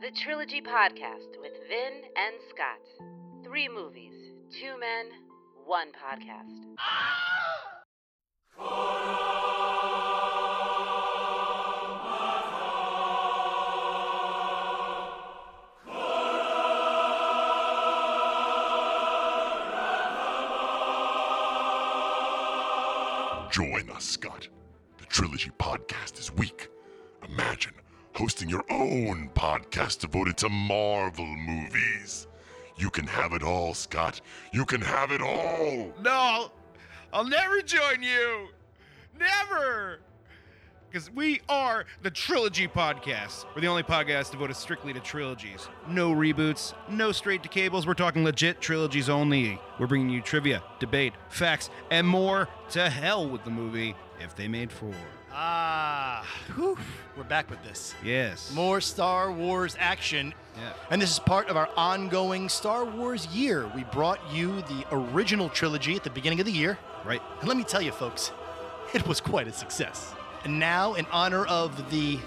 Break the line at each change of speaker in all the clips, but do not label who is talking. the Trilogy Podcast with Vin and Scott. Three movies, two men, one podcast.
Join us, Scott. The Trilogy Podcast is weak. Imagine hosting your own podcast devoted to Marvel movies. You can have it all, Scott. You can have it all.
No, I'll, I'll never join you. Never. Because we are the Trilogy Podcast. We're the only podcast devoted strictly to trilogies. No reboots, no straight to cables. We're talking legit trilogies only. We're bringing you trivia, debate, facts, and more to hell with the movie if they made four.
Ah, whew, we're back with this.
Yes.
More Star Wars action.
Yeah.
And this is part of our ongoing Star Wars year. We brought you the original trilogy at the beginning of the year.
Right.
And let me tell you, folks, it was quite a success. And now, in honor of the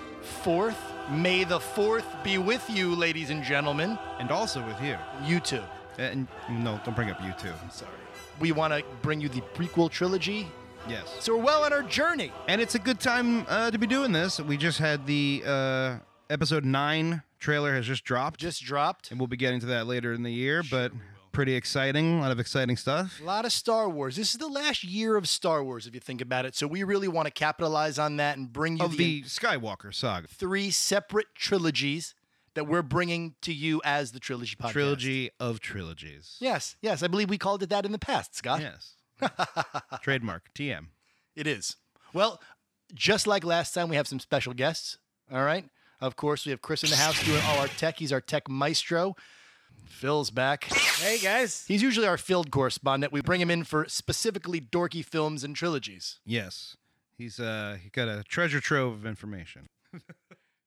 fourth, may the fourth be with you, ladies and gentlemen.
And also with you.
You too.
And no, don't bring up you too.
Sorry. We want to bring you the prequel trilogy.
Yes.
So we're well on our journey.
And it's a good time uh, to be doing this. We just had the uh, episode nine trailer has just dropped,
Just dropped.
and we'll be getting to that later in the year. but pretty exciting, a lot of exciting stuff.
A lot of Star Wars. This is the last year of Star Wars, if you think about it. So we really want to capitalize on that and bring you
Of the Skywalker saga
three separate trilogies that we're bringing to you as the trilogy podcast.
trilogy of trilogies.
Yes, yes. I believe we called it that in the past, Scott.
Yes. Trademark TM.
It is. Well, just like last time, we have some special guests. All right. Of course, we have Chris in the house doing all our tech. He's our tech maestro. Phil's back.
Hey guys.
He's usually our field correspondent. We bring him in for specifically dorky films and trilogies.
Yes. He's uh he got a treasure trove of information.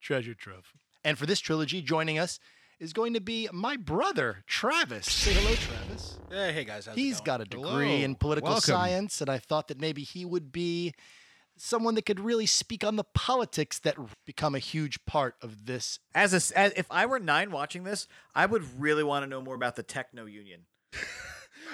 treasure trove. And for this trilogy, joining us is going to be my brother, Travis. Say hello, Travis.
Uh, hey guys. How's
He's
it
got
going?
a degree
Hello.
in political
Welcome.
science, and I thought that maybe he would be someone that could really speak on the politics that become a huge part of this.
as a s as, if I were nine watching this, I would really want to know more about the techno union.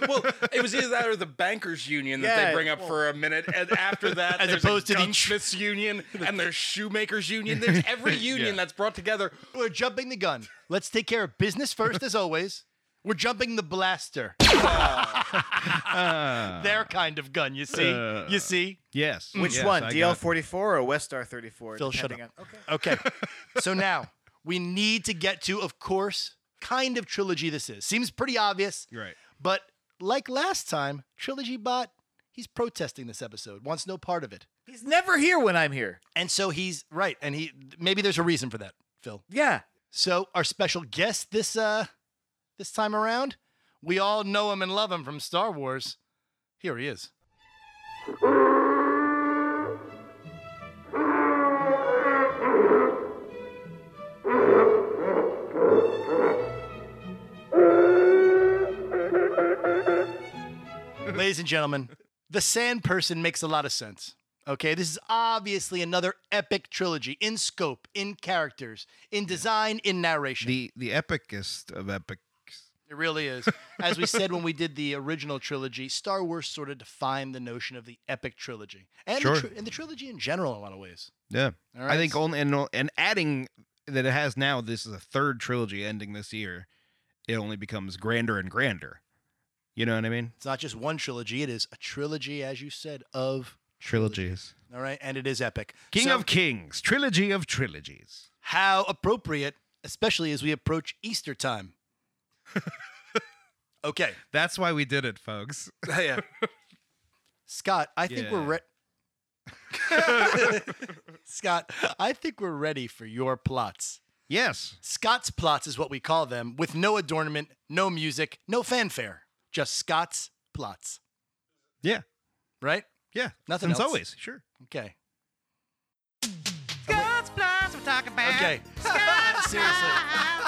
well, it was either that or the bankers union that
Yeah,
they bring up
well-
for a minute, and after that,
As
there's
opposed to
a
the tr-
gunsmiths union and there's shoemakers union. There's every union that's brought together.
We're jumping the gun. Let's take care of business first, as always. We're jumping the blaster. Their kind of gun, you see?
Uh,
you see?
Yes.
Which
Mm, Yes,
one?
I
DL
got-
forty four or Westar thirty four?
Phil, shut
depending
up.
on- okay.
Okay. so now we need to get to, of course, kind of trilogy this is. Seems pretty obvious.
You're right.
But like last time, Trilogy Bot, he's protesting this episode, wants no part of it.
He's never here when I'm here.
And so he's right. And he maybe there's a reason for that, Phil.
Yeah.
So our special guest this uh this time around, we all know him and love him from Star Wars. Here he is. Ladies and gentlemen, the sand person makes a lot of sense. Okay, this is obviously another epic trilogy in scope, in characters, in design, in narration.
The the epicest of epics.
It really is. As we said when we did the original trilogy, Star Wars sort of defined the notion of the epic trilogy and,
Sure.
the, tri- and the trilogy in general, in a lot of ways.
Yeah.
All right.
I think only and and adding that it has now this is a third trilogy ending this year. It only becomes grander and grander. You know what I mean?
it's not just one trilogy; it is a trilogy, as you said, of
Trilogies.
all right, and it is epic.
King
So
of Kings, trilogy of trilogies.
how appropriate, especially as we approach Easter time. okay,
That's why we did it, folks.
Scott, I think we're
Yeah.
ready. Scott, I think we're ready for your plots.
Yes.
Scott's plots is what we call them, with no adornment, no music, no fanfare. Just Scott's plots,
Yeah.
right?
Yeah.
Nothing
Since
else.
always. Sure.
Okay. Scott's plots we're talking about. Okay. Seriously.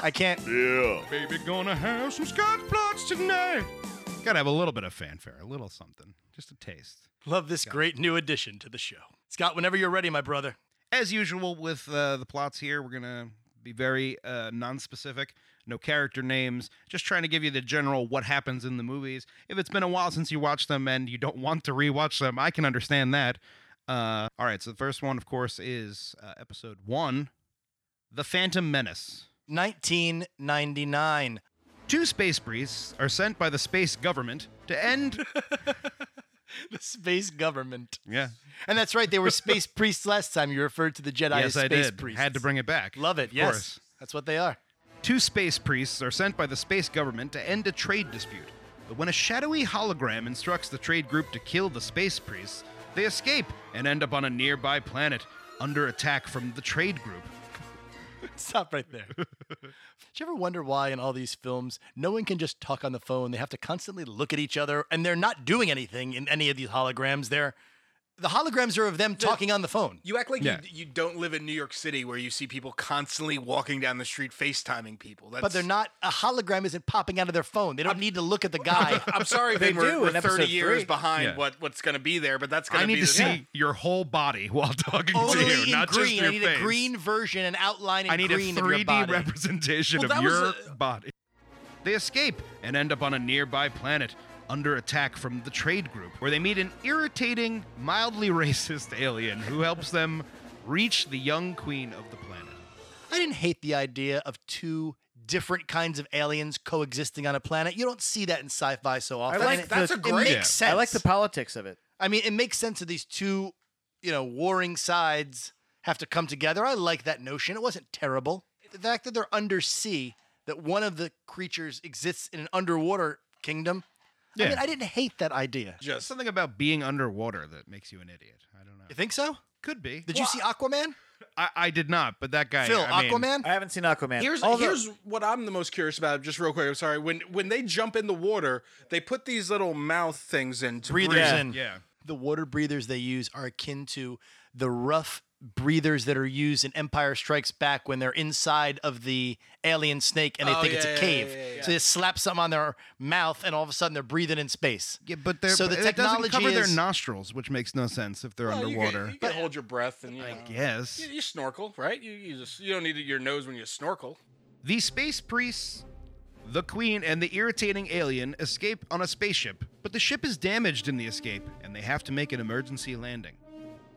I can't.
Yeah.
Baby, gonna have some Scotch plots tonight. Gotta have a little bit of fanfare, a little something, just a taste.
Love this great new addition to the show. Scott, whenever you're ready, my brother.
As usual with uh, the plots here, we're gonna be very uh, non-specific, no character names, just trying to give you the general what happens in the movies. If it's been a while since you watched them and you don't want to rewatch them, I can understand that. Uh, all right, so the first one, of course, is uh, episode one, "The Phantom Menace."
1999.
Two space priests are sent by the space government to end.
The space government.
yeah,
And that's right, they were space priests last time. You referred to the Jedi as
yes,
space
I did.
priests.
Had to bring it back.
Love it,
Of
yes.
course.
That's what they are.
Two space priests are sent by the space government to end a trade dispute, but when a shadowy hologram instructs the trade group to kill the space priests, they escape and end up on a nearby planet under attack from the trade group.
Stop right there. Do you ever wonder why in all these films no one can just talk on the phone? They have to constantly look at each other and they're not doing anything in any of these holograms. They're the holograms are of them talking on the phone.
You act like
Yeah.
you, you don't live in New York City where you see people constantly walking down the street FaceTiming people. That's,
But they're not a hologram isn't popping out of their phone. They don't need to look at the guy.
I'm sorry,
They
Vin, we're,
do
we're
in
30
episode
years
three.
behind
Yeah.
what, what's going to be there, but that's going
I need
be
to
the
see your whole body while talking
Only
to you,
in
not just
green.
your
I need
face.
a green version, an outline in
I need a
green of your
3D
body.
representation of
Well, that
your
was a-
body. They escape and end up on a nearby planet under attack from the trade group, where they meet an irritating, mildly racist alien who helps them reach the young queen of the planet.
I didn't hate the idea of two different kinds of aliens coexisting on a planet. You don't see that in sci-fi so often.
like
and it-
that's a
It
great-
makes
Yeah.
sense.
I like the politics of it.
I mean, it makes sense that these two, you know, warring sides have to come together. I like that notion. It wasn't terrible. The fact that they're undersea, that one of the creatures exists in an underwater kingdom. I mean,
Yeah.
I didn't hate that idea.
Just something about being underwater that makes you an idiot. I don't know.
You think so?
could be.
Did you see Aquaman?
I, I did not, but that guy.
Phil,
I mean-
Aquaman?
I haven't seen Aquaman.
Here's
Although-
here's what I'm the most curious about. Just real quick, I'm sorry. When when they jump in the water, they put these little mouth things in to
breathers
breathe.
Yeah.
in.
Yeah.
The water breathers they use are akin to the rough breathers that are used in Empire Strikes Back when they're inside of the alien snake and they
Oh,
think it's
yeah,
a
yeah,
cave.
yeah, yeah, yeah.
So they slap something on their mouth and all of a sudden they're breathing in space.
Yeah, but they're,
So the
it doesn't
technology
cover
is-
their nostrils, which makes no sense if they're
Well, you can-
underwater.
You can, hold your breath and you know,
yes.
You, you snorkel, right? You you just you don't need your nose when you snorkel.
The space priests, the queen, and the irritating alien escape on a spaceship, but the ship is damaged in the escape, and they have to make an emergency landing.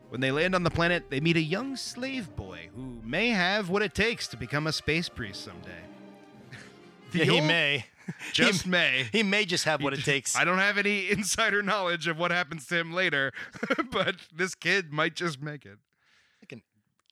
When they land on the planet, they meet a young slave boy who may have what it takes to become a space priest someday. The
Yeah, he
old-
may.
Just may.
He may just have what it takes.
I don't have any insider knowledge of what happens to him later, but this kid might just make it.
like an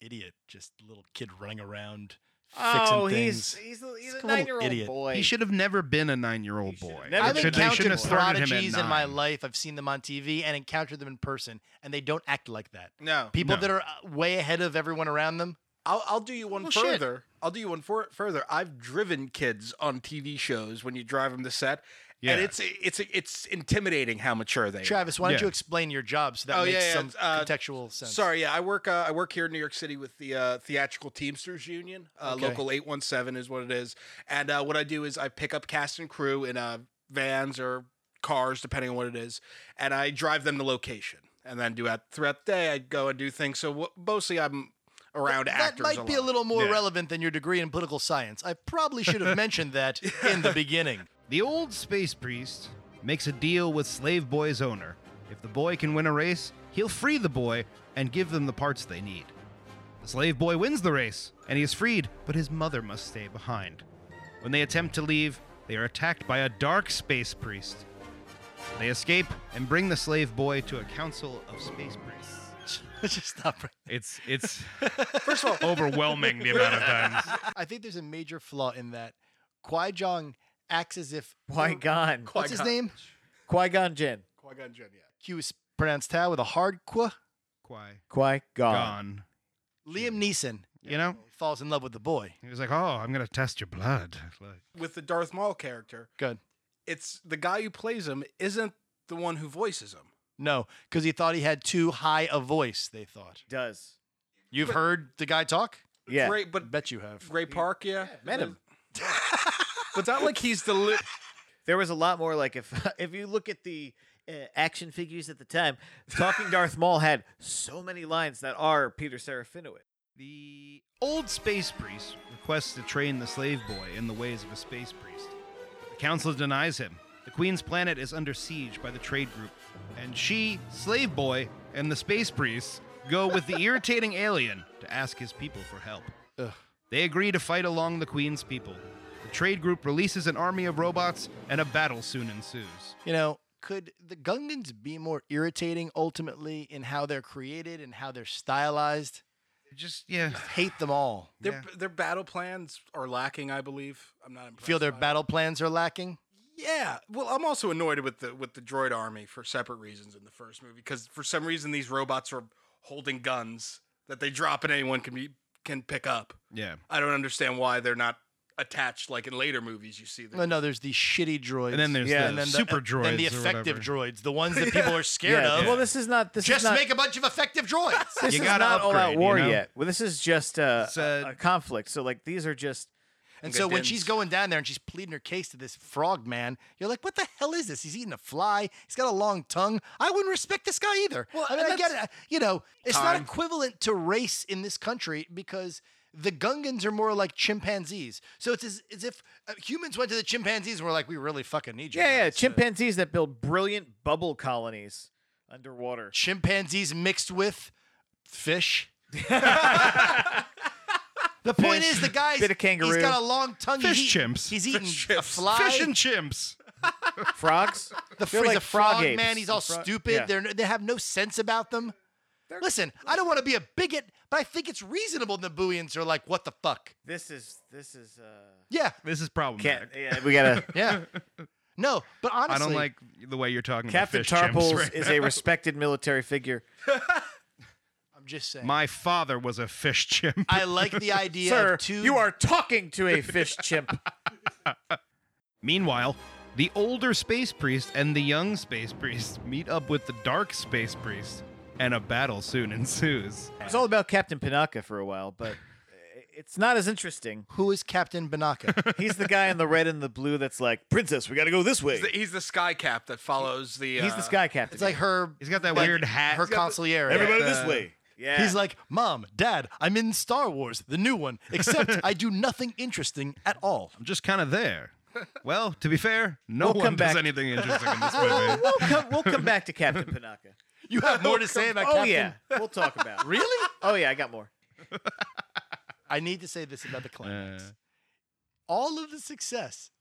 idiot, just a little kid running around fixing
oh,
things.
he's he's a-
He's
he's
a
a
little
nine year old
idiot.
boy.
He should have never been a nine-year-old
should have
boy.
never
They
I've
been
should- they shouldn't
encountered
have started him at
prodigies in my
nine.
life. I've seen them on TV and encountered them in person, and they don't act like that.
No.
People
No.
that are uh, way ahead of everyone around them.
I'll, I'll do you one
Well, shit.
further. I'll do you one for, further. I've driven kids on TV shows when you drive them to set,
Yeah.
and it's it's it's intimidating how mature they are.
Travis, why don't
Yeah.
you explain your job so that
Oh,
makes
yeah, yeah,
some
it's, uh,
contextual sense?
Sorry, yeah, I work. Uh, I work here in New York City with the uh, Theatrical Teamsters Union. Uh,
Okay.
Local eight one seven is what it is. And uh, what I do is I pick up cast and crew in uh, vans or cars, depending on what it is, and I drive them to location. And then do out throughout the day, I go and do things. So w- mostly I'm around
That
actors.
might be a
lot.
little more
Yeah.
relevant than your degree in political science. I probably should have mentioned that in the beginning.
The old space priest makes a deal with Slave Boy's owner. If the boy can win a race, he'll free the boy and give them the parts they need. The slave boy wins the race, and he is freed, but his mother must stay behind. When they attempt to leave, they are attacked by a dark space priest. They escape and bring the slave boy to a council of space priests.
Let's just stop right
It's it's first of all overwhelming the amount of times.
I think there's a major flaw in that. Kwai Jong acts as if
Qui Gon.
What's his name?
Qui Gon Jinn.
Qui-Gon Jinn, yeah.
Q is pronounced Tao with a hard Kwa.
Quai
Qui Gon.
gone.
Liam Neeson
You know,
falls in love with the boy.
he was like, "Oh, I'm gonna test your blood." Like,
With the Darth Maul character,
Good.
it's the guy who plays him isn't the one who voices him.
No, because he thought he had too high a voice. They thought
Does.
you've heard the guy talk.
Yeah.
Ray, but
Bet you have.
Ray Park, yeah,
met him.
But not like he's the li-
There was a lot more like if if you look at the uh, action figures at the time, Talking Darth Maul had so many lines that are Peter Serafinowicz.
The old space priest requests to train the slave boy in the ways of a space priest. The council denies him. The queen's planet is under siege by the trade group, and she, slave boy, and the space priest go with the irritating alien to ask his people for help. They agree to fight along the queen's people. The trade group releases an army of robots, and a battle soon ensues.
You know, could the Gungans be more irritating ultimately in how they're created and how they're stylized?
Just yeah,
Hate them all.
Their
Yeah.
their battle plans are lacking, I believe. I'm not impressed.
Feel their
by it.
battle plans are lacking?
Yeah. Well, I'm also annoyed with the with the droid army for separate reasons in the first movie because for some reason these robots are holding guns that they drop and anyone can be can pick up.
yeah.
I don't understand why they're not attached like in later movies you see them.
Oh, No, no, there's the shitty droids.
And then there's
Yeah,
the
and
then the-
super droids,
Then the
or
effective
whatever.
droids, the ones that people are scared
Yeah,
of.
Well, this is not. This
Just
is not,
make a bunch of effective droids.
This
You
is
gotta
not all out
upgrade,
war
you know?
yet. Well, this is just a,
It's, uh,
a conflict. So like these are just
And
Good
so when
dins.
she's going down there and she's pleading her case to this frog man, you're like, what the hell is this? He's eating a fly. He's got a long tongue. I wouldn't respect this guy either. Well, I mean, I get it. I- You know, it's not
Time.
equivalent to race in this country because the Gungans are more like chimpanzees. So it's as, as if uh, humans went to the chimpanzees and were like, we really fucking need you.
yeah, yeah
guys."
chimpanzees that build brilliant bubble colonies underwater.
Chimpanzees mixed with fish. The point
Fish,
is, the guy's
bit of
He's
kangaroo.
got a long tongue.
Fish
he's eating-
chimps.
He's eating
Fish
a
chimps.
fly.
Fish and chimps.
Frogs.
The
They're
free,
like
the frog,
frog apes.
man, he's all
The frog-
stupid.
yeah.
They're, they have no sense about them. Listen, I don't want to be a bigot, but I think it's reasonable. Nabooians are like, what the fuck?
this is this is uh
Yeah,
This is problematic.
can't yeah, we gotta
yeah. no, but honestly,
I don't like the way you're talking
Captain
about fish chimps.
Tarples
right
is
now.
a respected military figure.
I'm just saying.
My father was a fish chimp.
I like the idea
Sir,
of two.
you are talking to a fish chimp.
Meanwhile, the older space priest and the young space priest meet up with the dark space priest, and a battle soon ensues.
It's all about Captain Panaka for a while, but it's not as interesting.
Who is Captain Banaka?
He's the guy in the red and the blue that's like, Princess, we gotta go this way.
He's the, he's the sky cap that follows the.
He's
uh,
the sky captain.
it's like her.
He's got that
like,
weird hat.
Her consigliere.
Everybody
Yeah.
this
Uh,
way. Yeah.
He's like, Mom, Dad, I'm in Star Wars, the new one, except I do nothing interesting at all.
I'm just kind of there. Well, to be fair, no
We'll
one
come
does
back.
anything interesting in this movie.
we'll come, we'll come back to Captain Panaka.
You have more to say about
oh
Captain?
yeah, we'll talk about. it.
Really?
Oh yeah, I got more.
I need to say this about the climax.
Uh.
All of the success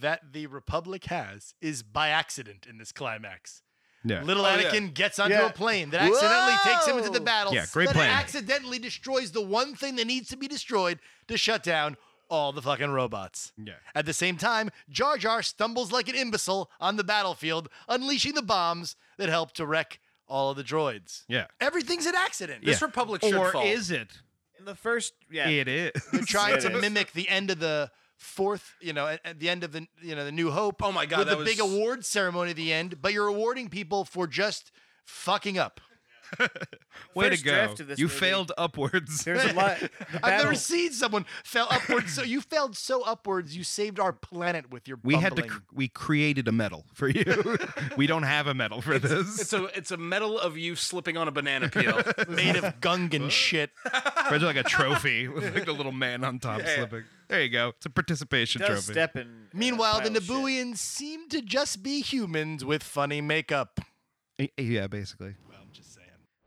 that the Republic has is by accident in this climax.
Yeah.
Little
Oh, yeah.
Anakin gets onto
Yeah.
a plane that accidentally takes him into the
Whoa!
battle.
Yeah, great
that
plan.
accidentally destroys the one thing that needs to be destroyed to shut down all the fucking robots.
Yeah.
At the same time, Jar Jar stumbles like an imbecile on the battlefield, unleashing the bombs that help to wreck all of the droids.
Yeah.
Everything's an accident.
This republic should
or
fall.
is it?
In the first, yeah,
It is.
They're trying
It
to
is.
mimic the end of the fourth, you know, at, at the end of the you know the New Hope.
Oh my God,
With
that
the big
was-
award ceremony at the end, but you're awarding people for just fucking up.
Way to
first
go.
draft of this
You
movie-
failed upwards.
There's a lot. the
I've never
battle-
seen someone fell upwards. so you failed so upwards, you saved our planet with your.
We had to.
bumbling.
cr- we created a medal for you. we don't have a medal for this.
It's a it's a medal of you slipping on a banana peel.
made of Gungan shit.
Imagine like a trophy with like the little man on top slipping. There you go. It's a participation
does
trophy.
step in. a
Meanwhile, the
pile of shit.
Nabooians seem to just be humans with funny makeup.
Y- Yeah, basically. Well, I'm just saying.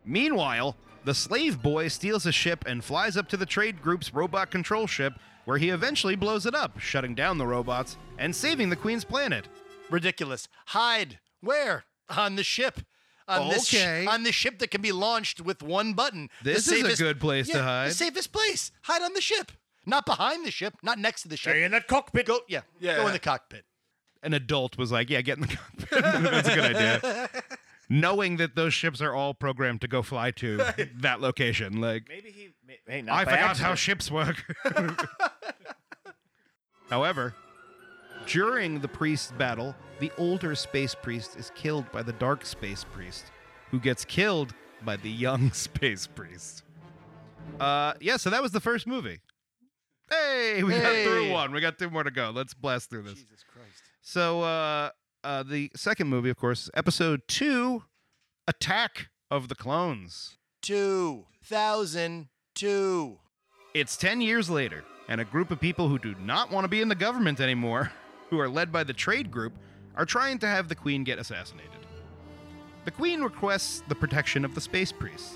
Meanwhile, the slave boy steals a ship and flies up to the trade group's robot control ship, where he eventually blows it up, shutting down the robots and saving the queen's planet.
Ridiculous. Hide. Where? On the ship. On this sh-
Okay.
on the ship that can be launched with one button. The
This is a good place to
Yeah, The
hide.
safest place. Hide on the ship. Not behind the ship. Not next to the ship.
Stay in the cockpit.
Go. Yeah.
Yeah.
Go in the cockpit.
An adult was like, "Yeah, get in the cockpit." That's a good idea. Knowing that those ships are all programmed to go fly to that location, like
Maybe he. may- Hey, not
I
by
forgot
accident.
how ships work. However, during the priest's battle, the older space priest is killed by the dark space priest, who gets killed by the young space priest. Uh, yeah, so that was the first movie. Hey, we got
Hey.
through one. We got two more to go. Let's blast through this.
Jesus Christ.
So, uh, uh, the second movie, of course, episode two Attack of the Clones.
Two thousand two.
It's 10 years later, and a group of people who do not want to be in the government anymore, who are led by the trade group, are trying to have the Queen get assassinated. The Queen requests the protection of the space priest.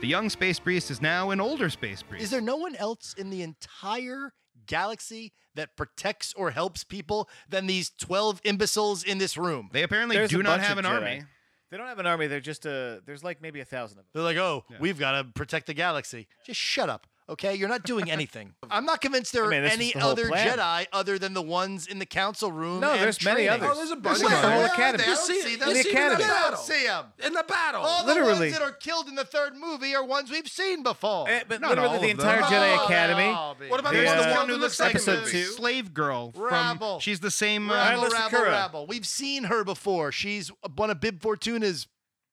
The young space priest is now an older space priest.
Is there no one else in the entire galaxy that protects or helps people than these 12 imbeciles in this room?
they apparently
There's
do
a
not
bunch
have an
of Jedi.
army.
They don't have an army. They're just a. There's like maybe a thousand of them.
They're like, oh, we've got to protect the galaxy. Just shut up, okay? You're not doing anything. I'm not convinced there are
mean, this was
any
the whole
other
plan.
Jedi other than the ones in the council room.
No,
Mm-hmm. and
there's many
training.
others.
Oh, there's a bunch
There's
of
the
them.
whole
Yeah,
academy.
they don't see-
the
they see them in
academy.
the battle.
See 'em.
In the battle.
All the
Literally.
ones that are killed in the third movie are ones we've seen before.
Eh, but
Not all
literally, the
of them.
entire
Oh,
Jedi Academy.
they'll be-
What about
The,
the,
uh,
one who looks like
episode
a
two.
Slave girl
Rabble.
from. She's the same. uh,
Rabble,
Mindless
rabble,
Sakura.
rabble. We've seen her before. She's one of Bib Fortuna's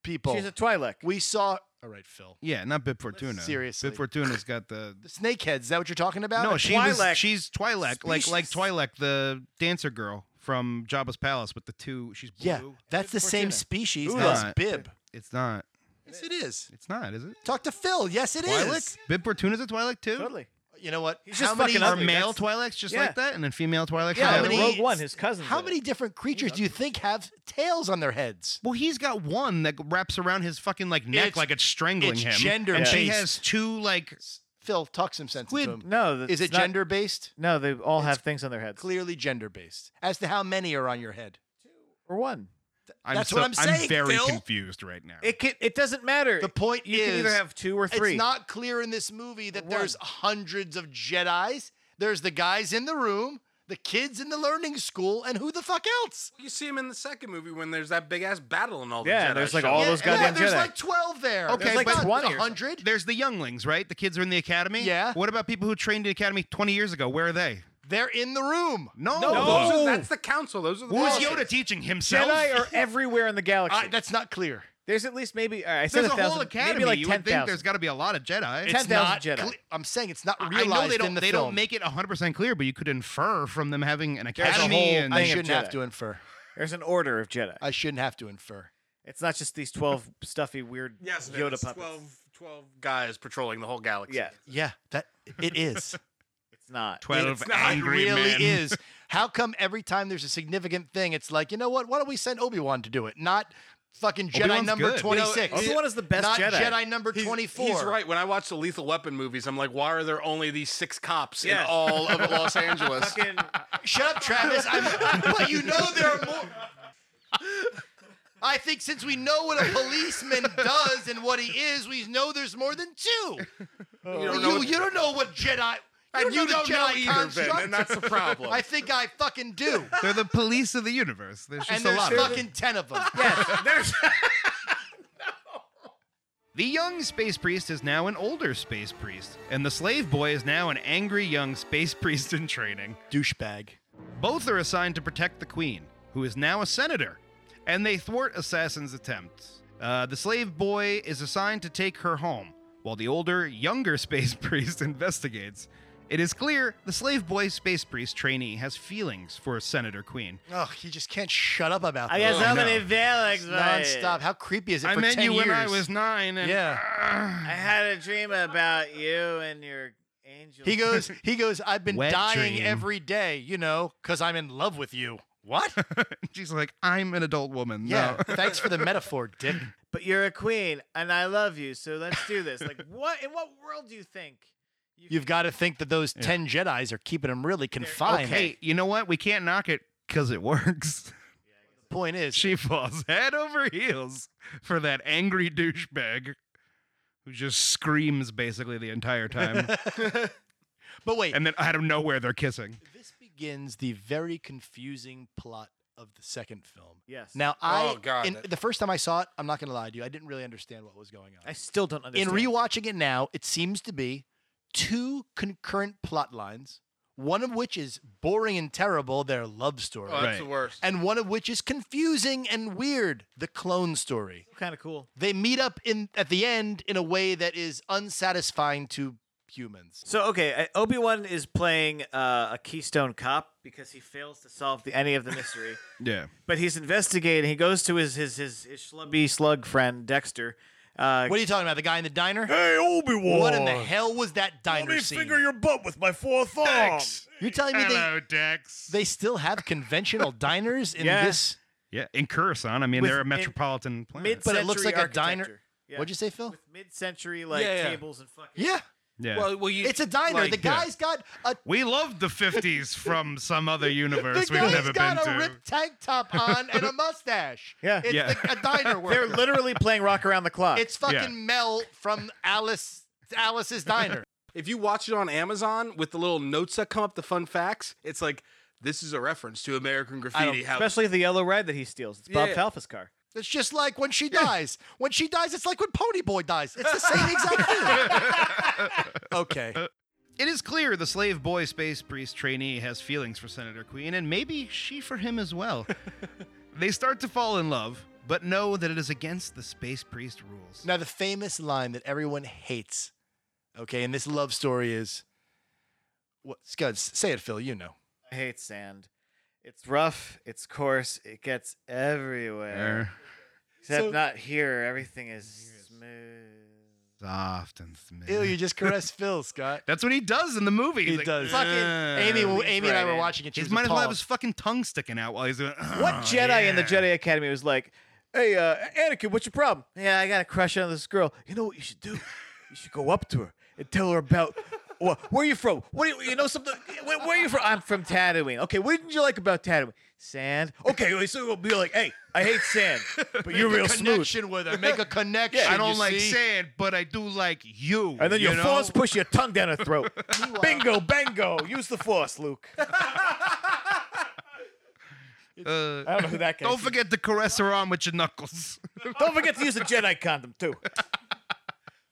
people.
She's a Twi'lek.
we saw. All right, Phil.
yeah, not Bib Fortuna.
Seriously.
Bib Fortuna's got the.
The snakehead. Is that what you're talking about?
No, she was,
Twi'lek
she's Twi'lek, like like
species.
Twi'lek, the dancer girl from Jabba's palace with the two. She's blue.
Yeah, that's the same species
Ooh.
as
Not.
Bib.
It's not.
uh, Yes, it is.
It's not, is it?
Talk to Phil. Yes, it is.
Twi'lek? Bib Fortuna's a Twi'lek too?
totally.
You know what?
He's
how
just
many,
fucking
Are
ugly.
male
That's-
Twi'leks just
yeah.
like that? And then female Twi'leks?
Yeah,
Yeah,
are
how
the
the
many-
other?
Rogue One, his cousin.
How
did it.
many different creatures do you think have tails on their heads?
Well, he's got one that wraps around his fucking like neck
It's-
like it's strangling
it's
him.
gender
and she
based.
has two like
Phil, talk some sense
Squid-
into him.
No, that's
Is it
not-
gender based?
No, they all have things on their heads.
Clearly gender based. As to how many are on your head.
Or one.
I'm
That's
so-
what I'm saying,
I'm very
Phil.
confused right now.
It can, It doesn't matter.
The point
you can either
is,
have two or three.
It's not clear in this movie that
Or
there's
one.
hundreds of Jedi's. There's the guys in the room, the kids in the learning school, and who the fuck else?
You see him in the second movie when there's that big ass battle and all.
Yeah,
the Jedi
there's, like,
show
all
up.
those
yeah,
goddamn
there's
Jedi.
like 12 there.
Okay,
there's
like
not
20 or something.
100.
There's the younglings, right? The kids are in the academy.
Yeah.
What about people who trained in the academy 20 years ago? Where are they?
They're in the room.
No.
No, those are, that's the council. Those are the.
Who's
bosses.
Yoda teaching himself?
Jedi are everywhere in the galaxy.
I- that's not clear.
there's at least maybe. all right, I said
There's a
thousand,
whole academy.
Maybe like
you
ten
would think there's
thousand.
got to be a lot of Jedi.
Ten
It's not
thousand Jedi.
cle- I'm saying it's not
I
realized
know they
in
don't.
the
They
film.
don't make it 100% clear, but you could infer from them having an
There's a
academy.
whole
and
I
thing of
shouldn't have
Jedi.
to infer.
There's an order of Jedi.
I shouldn't have to infer.
It's not just these twelve stuffy weird
Yes,
Yoda
there's
puppets.
12, 12 guys patrolling the whole galaxy.
Yeah,
Yeah, that it is.
it's not.
12
It's not
angry
it really
men.
is. How come every time there's a significant thing, it's like, you know what? Why don't we send Obi Wan to do it? Not fucking Jedi
Obi-Wan's
number
good.
26.
You know, Obi-Wan is the best
not
Jedi.
number
He's-
24.
He's right. When I watch the Lethal Weapon movies, I'm like, why are there only these six cops
Yeah.
in all of Los Angeles?
Fucking-
Shut up, Travis. I'm, but you know there are more. I think since we know what a policeman does and what he is, we know there's more than two.
you
you,
don't know.
you don't know what Jedi. You
and
don't
you
know
don't
the
know
Jedi
either, Vin,
construct.
and that's the problem.
I think I fucking do.
They're the police of the universe. There's just
and
a
there's
lot of them.
fucking ten of them.
yes, there's.
The young space priest is now an older space priest, and the slave boy is now an angry young space priest in training.
Douchebag.
Both are assigned to protect the queen, who is now a senator, and they thwart Assassin's attempts. Uh, the slave boy is assigned to take her home, while the older, younger space priest investigates. It is clear the slave boy space priest trainee has feelings for Senator Queen.
Ugh, he just can't shut up about that.
I guess
Oh,
how
no.
many Valaks
nonstop. How creepy is it
I
for
met
10
you
years?
when I was nine, and
I had a dream about you and your angel.
He goes, he goes, I've been
Wet
dying
dream.
every day, you know, because I'm in love with you. What?
she's like, "I'm an adult woman."
Yeah.
No.
Thanks for the metaphor, Dick.
but you're a queen and I love you, so let's do this. Like, what in what world do you think? You
You've got to think that those 10 Jedi's are keeping him really confined.
Okay, you know what? We can't knock it because it works.
The point is,
She falls head over heels for that angry douchebag who just screams basically the entire time.
but wait,
and then out of nowhere, they're kissing.
this begins the very confusing plot of the second film.
Yes.
Now, I,
Oh, God,
in,
that-
the first time I saw it, I'm not going to lie to you, I didn't really understand what was going on.
I still don't
in
understand.
rewatching it now, it seems to be two concurrent plot lines, one of which is boring and terrible, their love story,
oh, that's
Right.
the worst.
and one of which is confusing and weird, the clone story.
kind of cool.
They meet up in at the end in a way that is unsatisfying to humans.
So okay, Obi Wan is playing uh, a Keystone Cop because he fails to solve the, any of the mystery.
Yeah.
But he's investigating. He goes to his his his, his schlubby slug friend Dexter, Uh,
What are you talking about? The guy in the diner?
Hey, Obi Wan.
What in the hell was that
Let
diner
me
scene?
finger your butt with my four thumbs.
Dex.
You're telling me they,
Hello, Dex.
they still have conventional diners in
Yeah.
this?
yeah, in Curacao. I mean,
With
they're a
mid-
metropolitan planet.
But it looks
Mid-century
like a diner.
architecture. Yeah.
What'd you say, Phil?
With mid-century like
Yeah, yeah.
tables and fucking.
Yeah,
yeah.
Well, well, you,
it's a diner.
like-
the guy's got a
we loved the 50s from some other
the
universe we've
guy's
never been
got a
to.
ripped tank top on and a mustache.
Yeah.
it's
Yeah.
the- a diner
They're
worker.
literally playing Rock Around the Clock.
it's fucking Mel from Alice Alice's Diner.
If you watch it on Amazon with the little notes that come up, the fun facts, it's like this is a reference to American Graffiti. How
especially the yellow ride that he steals. It's Bob
Yeah.
Falfa's car.
It's just like when she dies. When she dies, it's like when Pony Boy dies. It's the same exact thing. okay.
It is clear the slave boy space priest trainee has feelings for Senator Queen, and maybe she for him as well. they start to fall in love, but know that it is against the space priest rules.
Now, the famous line that everyone hates, okay, in this love story is what? Scud, say it, Phil. You know.
I hate sand. It's rough. It's coarse. It gets everywhere.
They're
Except
So-
not here. Everything is smooth.
soft and smooth.
Ew, you just caressed Phil, Scott.
That's what he does in the movie.
He
He's like,
does.
"Fuck it."
Amy, Amy and I
right
were
in.
watching it. She
He's
was
might as well have his
appalled.
fucking tongue sticking out while he's doing. Oh,
What Jedi in the
Ah, yeah."
Jedi Academy was like, "Hey, uh, Anakin, what's your problem?" Yeah, I got a crush on this girl. You know what you should do? You should go up to her and tell her about. Well, where are you from? What do you, you know something? Where, where are you from? I'm from Tatooine. Okay, what didn't you like about Tatooine? Sand. Okay, so you'll be like, "Hey, I hate sand, but you're real smooth."
Connection with her. Make a connection.
I
you
don't like
see?
sand, but I do like you.
And then
you
you
know?
force push your tongue down her throat. bingo, bingo. Use the force, Luke.
Uh,
I don't know who that guy
don't
is.
forget to caress her arm with your knuckles.
Don't forget to use the Jedi condom too.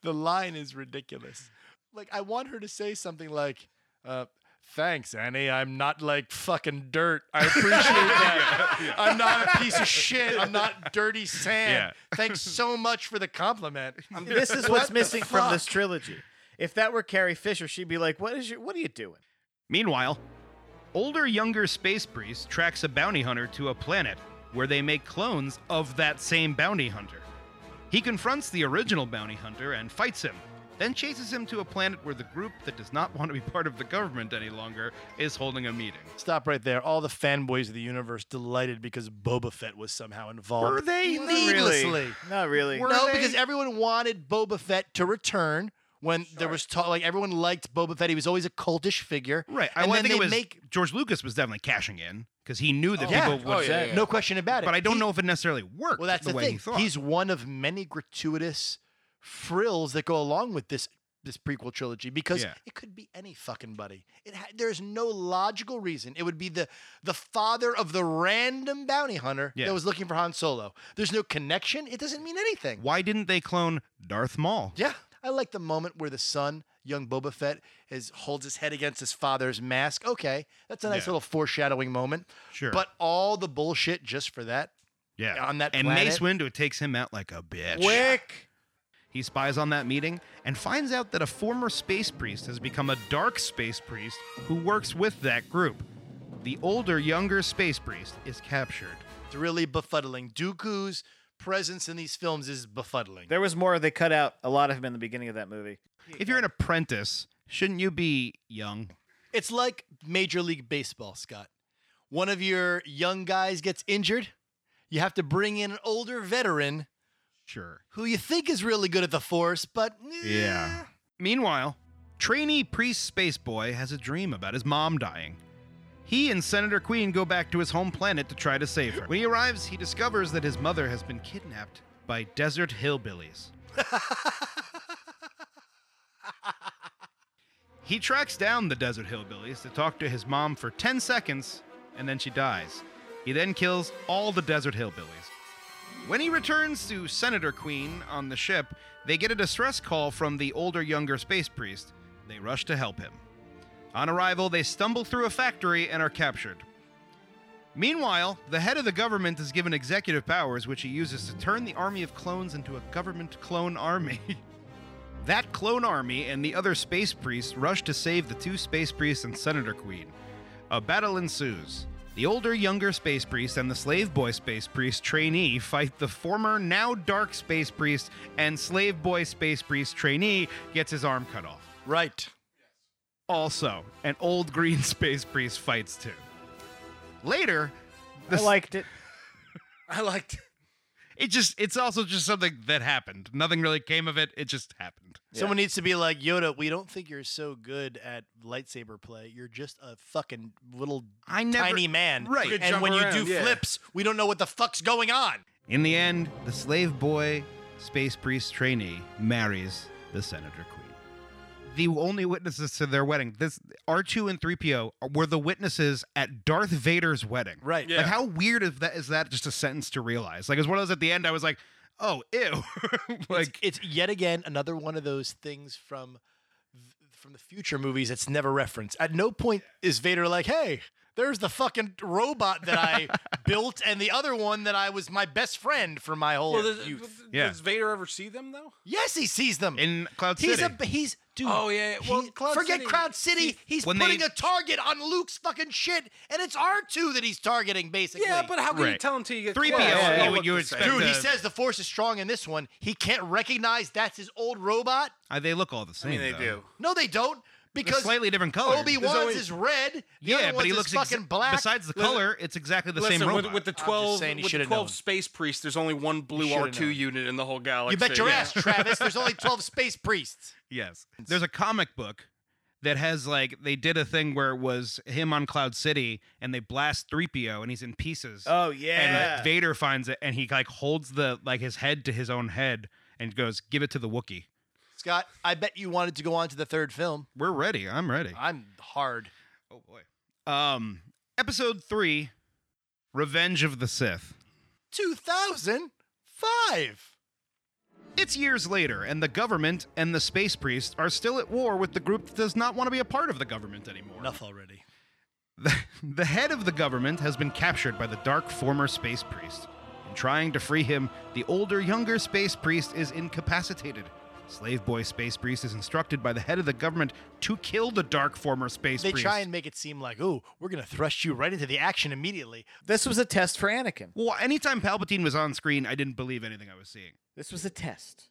The line is ridiculous. Like, I want her to say something like, uh, Thanks, Annie. I'm not like fucking dirt. I appreciate that. I'm not a piece of shit. I'm not dirty sand. Thanks so much for the compliment. I'm
This is what's missing from this
fuck?
trilogy. If that were Carrie Fisher, she'd be like, "What is your? What are you doing?"
Meanwhile, older, younger space priest tracks a bounty hunter to a planet where they make clones of that same bounty hunter. He confronts the original bounty hunter and fights him, then chases him to a planet where the group that does not want to be part of the government any longer is holding a meeting.
Stop right there. All the fanboys of the universe delighted because Boba Fett was somehow involved.
Were they?
Not really.
Needlessly.
Not really.
Were
no,
they?
because everyone wanted Boba Fett to return when there was talk. Like everyone liked Boba Fett. He was always a cultish figure.
Right. I,
And
well, I
then
think it
they
was
make
George Lucas was definitely cashing in because he knew that
Oh, yeah.
people would.
Oh, yeah, yeah.
no question about it.
But I don't
He-
know if it necessarily worked.
Well, that's
the,
the,
way
thing.
he thought.
He's one of many gratuitous frills that go along with this this prequel trilogy because
Yeah.
it could be any fucking buddy. It ha- there's no logical reason. It would be the the father of the random bounty hunter
Yeah.
that was looking for Han Solo. There's no connection. It doesn't mean anything.
Why didn't they clone Darth Maul?
Yeah. I like the moment where the son, young Boba Fett, is holds his head against his father's mask. Okay, that's a nice
Yeah.
little foreshadowing moment.
Sure.
But all the bullshit just for that.
yeah.
on that
and Mace
planet-
Windu takes him out like a bitch.
Quick.
He spies on that meeting and finds out that a former space priest has become a dark space priest who works with that group. The older, younger space priest is captured.
It's really befuddling. Dooku's presence in these films is befuddling.
There was more. They cut out a lot of him in the beginning of that movie.
If you're an apprentice, shouldn't you be young?
It's like Major League Baseball, Scott. One of your young guys gets injured, you have to bring in an older veteran
Sure.
who you think is really good at the force, but
Yeah. Meanwhile, trainee priest space boy has a dream about his mom dying. He and Senator Queen go back to his home planet to try to save her. When he arrives, he discovers that his mother has been kidnapped by desert hillbillies. He tracks down the desert hillbillies to talk to his mom for 10 seconds, and then she dies. He then kills all the desert hillbillies. When he returns to Senator Queen on the ship, they get a distress call from the older, younger space priest. They rush to help him. On arrival, they stumble through a factory and are captured. Meanwhile, the head of the government is given executive powers, which he uses to turn the army of clones into a government clone army. That clone army and the other space priests rush to save the two space priests and Senator Queen. A battle ensues. The older, younger space priest and the slave boy space priest trainee fight the former, now dark space priest, and slave boy space priest trainee gets his arm cut off.
Right.
Also, an old green space priest fights too. Later, the
I
s-
liked it.
I liked
it just it's also just something that happened. Nothing really came of it. It just happened.
Someone needs to be like Yoda. We don't think you're so good at lightsaber play. You're just a fucking little
I never
tiny man.
Right.
Could
And
jump
when you
around,
do
yeah.
flips, we don't know what the fuck's going on.
In the end, the slave boy space priest trainee marries the senator queen. The only witnesses to their wedding, this R2 and 3PO were the witnesses at Darth Vader's wedding.
Right.
Yeah.
Like how weird is that is that just a sentence to realize? Like as one of those at the end I was like, "Oh, ew." like
it's yet again another one of those things from th- from the future movies that's never referenced. At no point is Vader like, "Hey, there's the fucking robot that I built and the other one that I was my best friend for my whole
Well, does,
youth."
Yeah.
does Vader ever see them though?
Yes, he sees them.
in Cloud
he's
City.
a he's dude.
Oh, yeah, yeah. Well,
he-
Cloud
forget
City,
Crowd City. he's
when
putting
they-
a target on Luke's fucking shit, and it's R two that he's targeting basically.
Yeah, but how can you
Right.
tell until you get
3PO,
close?
you
They all
would-
look
you
the
would
same.
expect-
Dude, he
the-
says the force is strong in this one. He can't recognize that's his old robot.
Uh, they look all the
I
same.
mean, they
though.
do.
No, they don't.
They're
Because
slightly different colors.
Obi
There's
Wan's
always-
is red. The
Yeah,
other
but he
one's
looks
is fucking
exa-
black.
Besides the
Listen-
color, it's exactly the
Listen,
same
with,
robot.
with the twelve,
saying you
with the
should've
twelve
known.
space priests, there's only one blue
should've
R two
known.
unit in the whole galaxy.
you bet your
Yeah.
ass, Travis. There's only 12 space priests.
Yes. There's a comic book that has like they did a thing where it was him on Cloud City and they blast 3PO and he's in pieces.
Oh
and
yeah.
like, Vader finds it and he like holds the like his head to his own head and goes, "Give it to the Wookiee.
Scott, I bet you wanted to go on to the third film.
We're ready. I'm ready."
I'm hard.
Oh boy. Um episode 3 Revenge of the Sith.
2005.
It's years later, and the government and the space priest are still at war with the group that does not want to be a part of the government anymore.
Enough already.
The, the head of the government has been captured by the dark former space priest. In trying to free him, the older, younger space priest is incapacitated. Slave boy space priest is instructed by the head of the government to kill the dark former space
They
priest.
try and make it seem like, ooh, we're going to thrust you right into the action immediately.
this was a test for Anakin.
well, anytime Palpatine was on screen, I didn't believe anything I was seeing.
This was a test.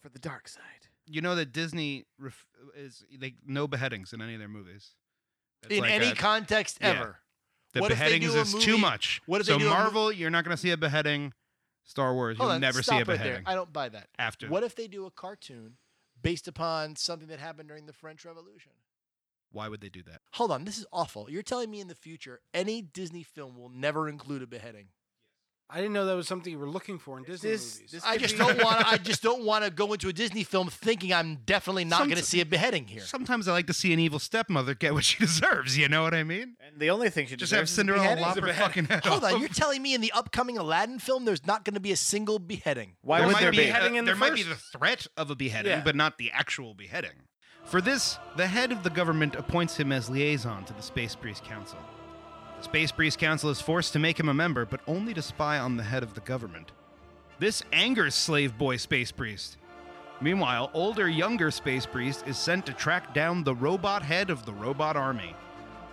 For the dark side.
You know that Disney ref- is they no beheadings in any of their movies. It's
in
like
any
a-
context
yeah.
ever.
the
what if they
beheadings
do a
is too
movie-
much.
what if they
so
do a mo-
Marvel, you're not going to see a beheading. Star Wars,
Hold
you'll
on,
never see
stop
a
right
beheading.
There. I don't buy that.
after
What if they do a cartoon based upon something that happened during the French Revolution?
Why would they do that?
Hold on, this is awful. You're telling me in the future any Disney film will never include a beheading.
I didn't know that was something you were looking for in Disney
This-
movies.
this-
I
could
just
be-
don't want to I just don't want to go into a Disney film thinking I'm definitely not going to
Somet-
see a beheading here.
Sometimes I like to see an evil stepmother get what she deserves. You know what I mean?
And the only thing she
Just have
deserves is a
Cinderella
beheading.
lop her fucking head
Hold
off.
on, you're telling me in the upcoming Aladdin film there's not going to be a single beheading.
Why
there
would
might
there
be,
be?
beheading
in
there
the
might be the
first-
threat of a beheading,
Yeah.
but not the actual beheading. For this, the head of the government appoints him as liaison to the Space Priest Council. The Space Priest Council is forced to make him a member, but only to spy on the head of the government. This angers Slave Boy Space Priest. Meanwhile, older, younger Space Priest is sent to track down the robot head of the robot army.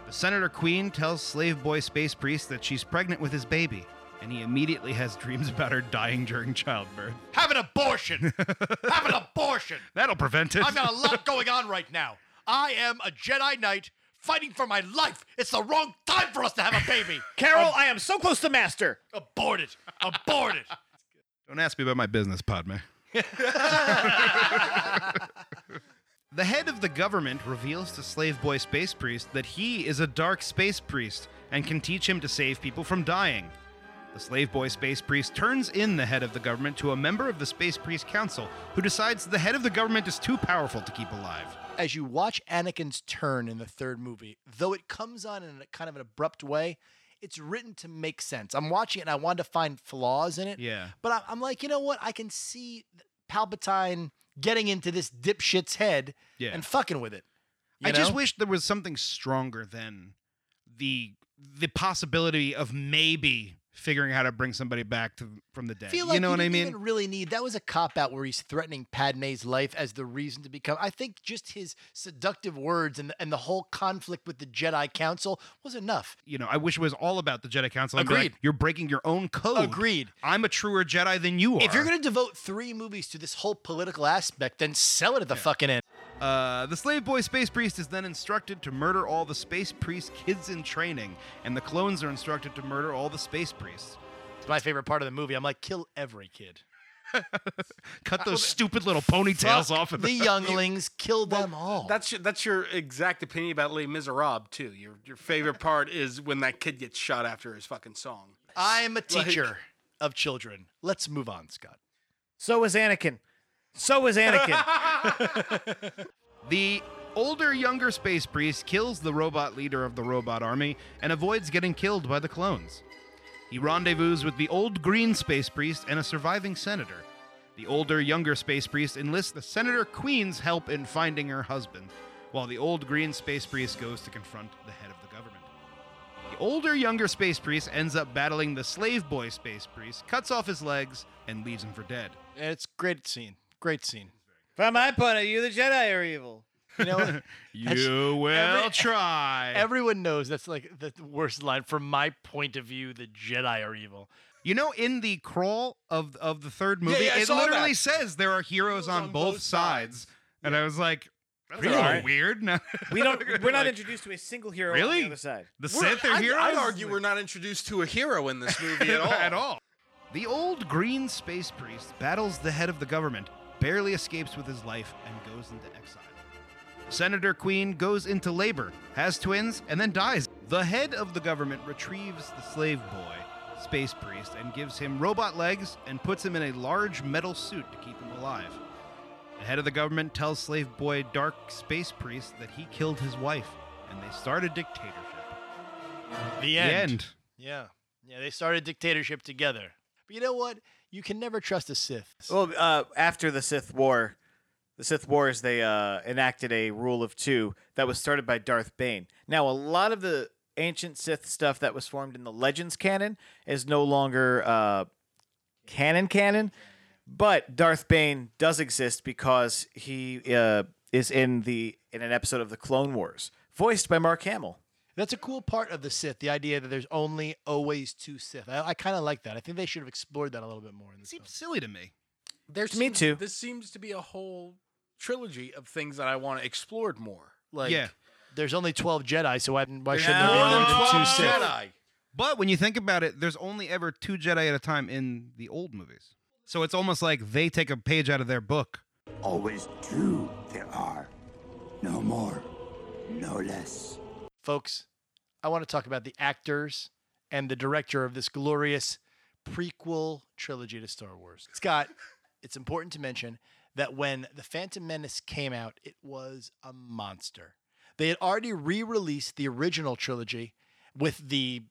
The Senator Queen tells Slave Boy Space Priest that she's pregnant with his baby, and he immediately has dreams about her dying during childbirth.
Have an abortion. Have an abortion.
That'll prevent it.
I've got a lot going on right now. I am a Jedi Knight fighting for my life. It's the wrong time for us to have a baby.
Carol, I am so close to master.
Abort it. Abort it.
Don't ask me about my business, Padme. the head of the government reveals to Slave Boy Space Priest that he is a dark space priest and can teach him to save people from dying. The Slave Boy Space Priest turns in the head of the government to a member of the Space Priest Council who decides the head of the government is too powerful to keep alive.
As you watch Anakin's turn in the third movie, though it comes on in a kind of an abrupt way, it's written to make sense. I'm watching it and I wanted to find flaws in it.
Yeah.
But I- I'm like, you know what? I can see Palpatine getting into this dipshit's head
Yeah.
and fucking with it. you
I just
know?
wish there was something stronger than the the possibility of maybe figuring out how to bring somebody back to from the dead.
feel like
you know what I
didn't
mean?
Even really need that was a cop out where he's threatening Padme's life as the reason to become. I think just his seductive words and and the whole conflict with the Jedi Council was enough.
you know, I wish it was all about the Jedi Council. and be like,
Agreed.
You're breaking your own code.
Agreed.
I'm a truer Jedi than you are.
If you're going to devote three movies to this whole political aspect, then sell it at the fucking end.
Uh, the slave boy space priest is then instructed to murder all the space priest kids in training, and the clones are instructed to murder all the space priests.
It's my favorite part of the movie. I'm like, kill every kid. Uh,
Cut those stupid little ponytails off of
the younglings. Kill them
Oh.
all.
That's your, that's your exact opinion about Les Miserables too. Your your favorite part is when that kid gets shot after his fucking song.
I'm a teacher of children. Let's move on, Scott.
So is Anakin. So is Anakin.
The older, younger space priest kills the robot leader of the robot army and avoids getting killed by the clones. He rendezvous with the old green space priest and a surviving senator. The older, younger space priest enlists the Senator Queen's help in finding her husband, while the old green space priest goes to confront the head of the government. The older, younger space priest ends up battling the slave boy space priest, cuts off his legs, and leaves him for dead.
And it's great scene. Great scene.
From my point of view, the Jedi are evil.
You know,
You will try.
Everyone knows that's like the worst line. From my point of view, the Jedi are evil.
You know, in the crawl of of the third movie,
yeah, I
it
saw
literally
that.
says there are heroes on, both, sides, and I was like, "That's a little
Alright.
weird." No.
We don't. We're not
Like,
introduced to a single hero on
Really?
the other side.
the
We're-
Sith are
I'd-
heroes.
I'd argue we're not introduced to a hero in this movie at all.
at all. The old green space priest battles the head of the government, barely escapes with his life, and goes into exile. Senator Queen goes into labor, has twins, and then dies. The head of the government retrieves the slave boy, space priest, and gives him robot legs and puts him in a large metal suit to keep him alive. The head of the government tells slave boy Dark Space Priest that he killed his wife, and they start a dictatorship.
The
The
end.
end.
Yeah. Yeah, they started dictatorship together. But you know what? You can never trust a Sith.
Well, uh, after the Sith War, the Sith Wars, they uh, enacted a rule of two that was started by Darth Bane. Now, a lot of the ancient Sith stuff that was formed in the Legends canon is no longer uh, canon canon, but Darth Bane does exist because he uh, is in the in an episode of the Clone Wars, voiced by Mark Hamill.
That's a cool part of the Sith, the idea that there's only always two Sith. I, I kind of like that. I think they should have explored that a little bit more in this film.
Seems silly to me.
There's
Me too.
This seems to be a whole trilogy of things that I want to explore more. Like
yeah.
There's only 12 Jedi, so why, why
there's
shouldn't there
more
be
than
more than two
12
Sith?
Jedi.
But when you think about it, there's only ever two Jedi at a time in the old movies. So it's almost like they take a page out of their book.
Always two there are. No more, no less.
Folks, I want to talk about the actors and the director of this glorious prequel trilogy to Star Wars. Scott, it's important to mention that when The Phantom Menace came out, it was a monster. They had already re released the original trilogy with the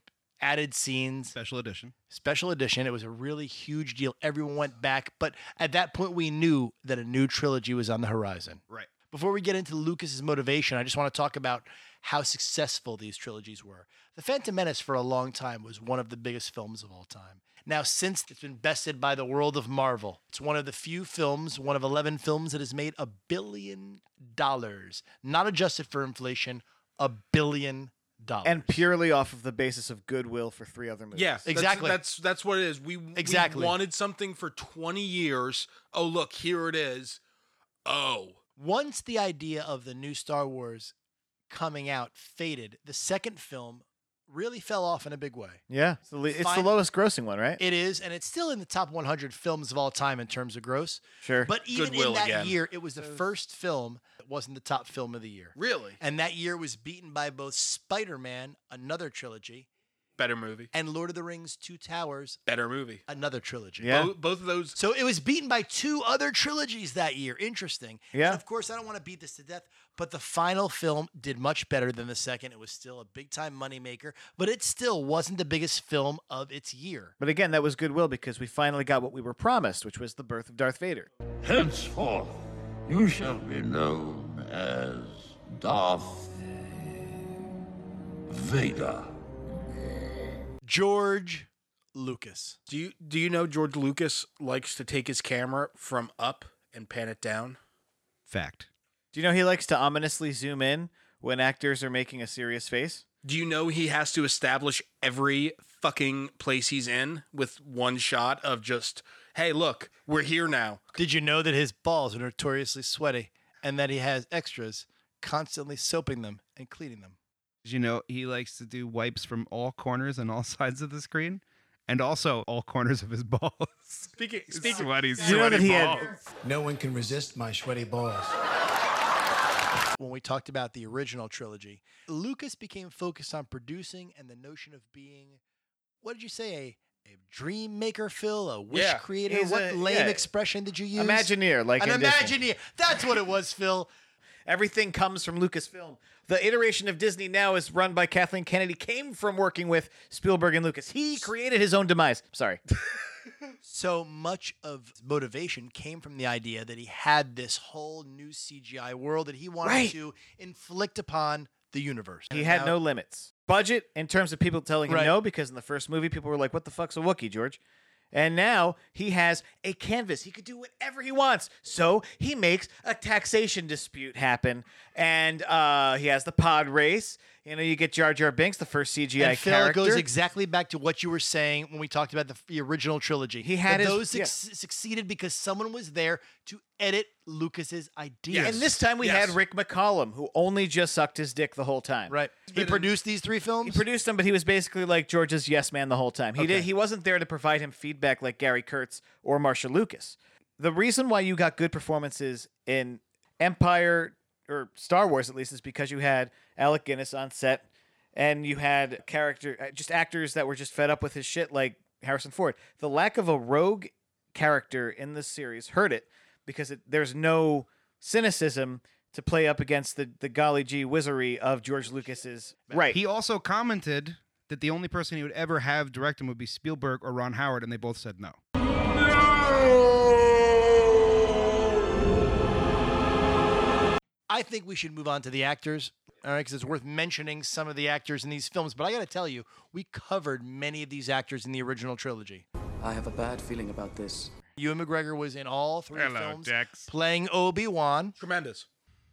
added scenes
Special edition.
special edition. It was a really huge deal. Everyone went back, but at that point, we knew that a new trilogy was on the horizon.
Right.
Before we get into Lucas's motivation, I just want to talk about how successful these trilogies were. The Phantom Menace, for a long time, was one of the biggest films of all time. Now, since it's been bested by the world of Marvel, it's one of the few films, one of 11 films that has made a billion dollars, not adjusted for inflation, a billion dollars.
And purely off of the basis of goodwill for three other movies.
Yeah, that's-
Exactly.
That's that's, what it is. We we
Exactly.
wanted something for 20 years. Oh look, here it is. Oh,
Once the idea of the new Star Wars coming out faded, the second film really fell off in a big way.
Yeah, it's the, le- it's the
Fine.
lowest grossing one, right?
It is, and it's still in the top 100 films of all time in terms of gross.
sure.
But even in
Goodwill
that
again.
year, it was the first film that wasn't the top film of the year.
really?
And that year was beaten by both Spider Man, another trilogy,
Better movie.
and Lord of the Rings Two Towers,
Better movie.
another trilogy.
Yeah.
Bo- both of those
So it was beaten by two other trilogies that year. Interesting. And
Yeah.
of course, I don't want to beat this to death, but the final film did much better than the second. It was still a big time moneymaker, but it still wasn't the biggest film of its year.
But again, that was goodwill because we finally got what we were promised, which was the birth of Darth Vader.
Henceforth, you shall be known as Darth Vader.
George Lucas.
Do you do you know George Lucas likes to take his camera from up and pan it down?
Fact.
Do you know he likes to ominously zoom in when actors are making a serious face?
Do you know he has to establish every fucking place he's in with one shot of just, hey, look, we're here now.
Did you know that his balls are notoriously sweaty and that he has extras constantly soaping them and cleaning them?
Did you know he likes to do wipes from all corners and all sides of the screen? And also all corners of his balls. Speaking, speaking sweaty, sweaty
you know that he had-
balls.
No one can resist my sweaty balls.
When we talked about the original trilogy, Lucas became focused on producing and the notion of being, what did you say, a, a dream maker, Phil? A wish
Yeah,
creator?
he's
What
a-
lame
yeah.
expression did you use?
Imagineer, like
An
in Disney.
Imagineer. That's what it was, Phil.
Everything comes from Lucasfilm. The iteration of Disney now is run by Kathleen Kennedy. Came from working with Spielberg and Lucas. He created his own demise. Sorry.
so much of his motivation came from the idea that he had this whole new CGI world that he wanted
Right.
to inflict upon the universe.
He had no limits. Budget in terms of people telling
Right.
him no, because in the first movie, people were like, "What the fuck's a Wookiee, George?" And now he has a canvas. He could do whatever he wants. So he makes a taxation dispute happen, and uh, he has the pod race. You know, you get Jar Jar Binks, the first CGI
and Phil, it
character.
goes exactly back to what you were saying when we talked about the, the original trilogy.
He had
that
his-
those
yeah.
suc- succeeded because someone was there to edit Lucas's ideas.
and this time we
Yes.
had Rick McCollum, who only just sucked his dick the whole time.
right, he produced these three
He
films.
produced them, but he was basically like George's yes man the whole time. He
Okay.
did. He wasn't there to provide him feedback like Gary Kurtz or Marsha Lucas. The reason why you got good performances in Empire or Star Wars, at least, is because you had Alec Guinness on set, and you had character, uh, just actors that were just fed up with his shit, like Harrison Ford. The lack of a rogue character in this series hurt it because it, there's no cynicism to play up against the, the golly gee wizardry of George Lucas's right.
He also commented that the only person he would ever have direct him would be Spielberg or Ron Howard, and they both said no.
I think we should move on to the actors, all right? Because it's worth mentioning some of the actors in these films. But I got to tell you, we covered many of these actors in the original trilogy.
I have a bad feeling about this.
Ewan McGregor was in all three
Hello,
films,
Dex.
playing Obi Wan.
Tremendous.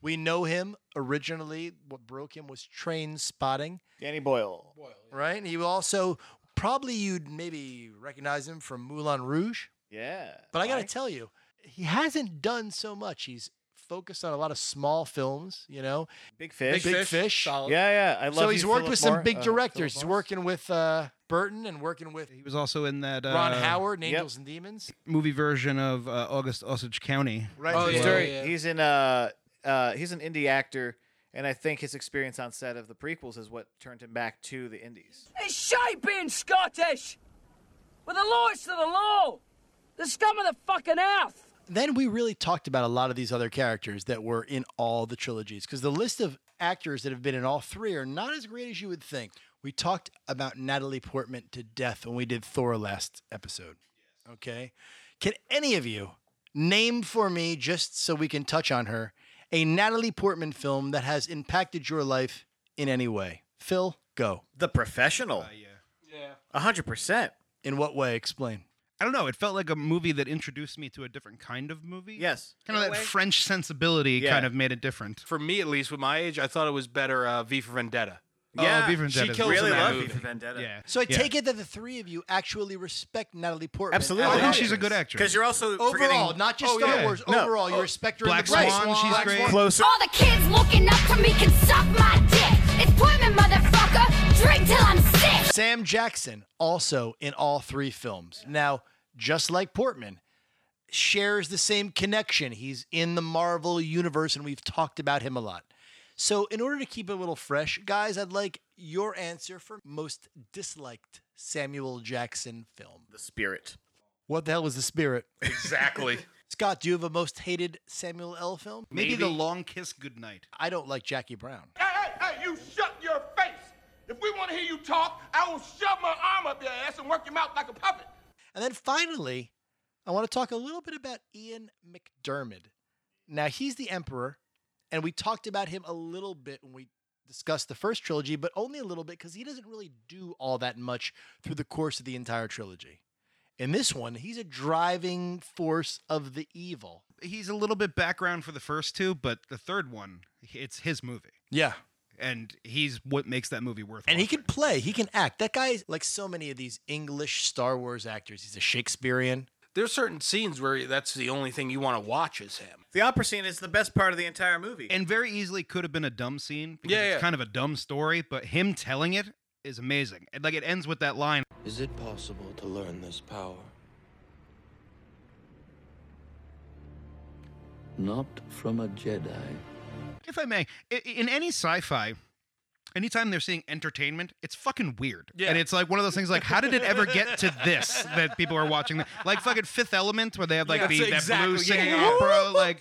We know him originally. What broke him was Train Spotting,
Danny Boyle.
right? And he also probably you'd maybe recognize him from Moulin Rouge.
Yeah.
But I got to tell you, he hasn't done so much. He's focused on a lot of small films, you know.
Big fish.
Big Fish.
Solid.
Yeah, yeah. I love
so
you,
he's worked
Philip
with
Moore.
some big
Uh,
directors.
Philip
he's
Moore.
working with uh, Burton and working with
He was also in that uh,
Ron Howard, in
yep.
Angels and Demons.
movie version of uh, August Osage County.
Right.
Oh,
He's
yeah.
very-
He's in uh uh he's an indie actor and I think his experience on set of the prequels is what turned him back to the indies.
It's shite being Scottish. With the lowest of the low. The scum of the fucking earth.
Then we really talked about a lot of these other characters that were in all the trilogies because the list of actors that have been in all three are not as great as you would think. We talked about Natalie Portman to death when we did Thor last episode. Okay. Can any of you name for me, just so we can touch on her, a Natalie Portman film that has impacted your life in any way? Phil, go.
The professional.
Uh,
yeah. Yeah. hundred percent.
In what way? Explain.
I don't know. It felt like a movie that introduced me to a different kind of movie.
Yes.
Kind of that French sensibility
Yeah.
kind of made it different.
For me, at least, with my age, I thought it was better uh, V for Vendetta.
oh, Beaver and
she
Dead is-
kills
Really
in that
love
movie.
V for Vendetta.
Yeah.
So I
Yeah.
take it that the three of you actually respect Natalie Portman. as
Absolutely.
an
I think
actress.
she's a good actress.
Because you're also
Overall, not just
Oh,
Star
yeah.
Wars.
No.
Overall, you respect her. in
Black
the Black
Swan, she's
Black
great.
Swan.
closer.
All the kids looking up to me can suck my dick. It's Portman, motherfucker. Drink till I'm sick.
Sam Jackson also in all three films. Now, just like Portman, shares the same connection. He's in the Marvel universe, and we've talked about him a lot. So, in order to keep it a little fresh, guys, I'd like your answer for most disliked Samuel Jackson film.
the spirit.
What the hell was the spirit?
Exactly.
Scott, do you have a most hated Samuel L. film?
Maybe, the long kiss goodnight.
I don't like Jackie Brown.
Hey, hey, you shut your face. If we want to hear you talk, I will shove my arm up your ass and work your mouth like a puppet.
And then finally, I want to talk a little bit about Ian McDermott. Now, he's the emperor, and we talked about him a little bit when we discussed the first trilogy, but only a little bit because he doesn't really do all that much through the course of the entire trilogy. In this one, he's a driving force of the evil.
He's a little bit background for the first two, but the third one, it's his movie.
Yeah.
And he's what makes that movie worth.
And he can play, he can act. That guy is like so many of these English Star Wars actors. He's a Shakespearean.
There's certain scenes where that's the only thing you want to watch is him.
The opera scene is the best part of the entire movie.
and very easily could have been a dumb scene because
Yeah,
it's
yeah.
kind of a dumb story, but him telling it is amazing. And like it ends with that line.
Is it possible to learn this power? Not from a Jedi.
If I may, i- in any sci-fi, anytime they're seeing entertainment, it's fucking weird.
Yeah.
And it's like one of those things like how did it ever get to this that people are watching? Like fucking Fifth Element where they have like
Yeah,
the,
that's
that blue
exactly-
singing
yeah.
opera like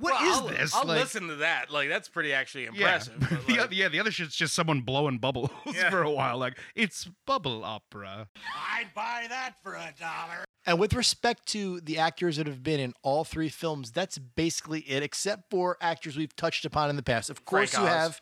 what is
I'll,
this?
I'll
like,
listen to that. Like that's pretty actually
Yeah.
impressive. but,
the
like-
other, yeah, the other shit's just someone blowing bubbles for a while. Like it's bubble opera.
I'd buy that for a dollar.
And with respect to the actors that have been in all three films, that's basically it, except for actors we've touched upon in the past. Of course,
Frank
you
Oz.
have,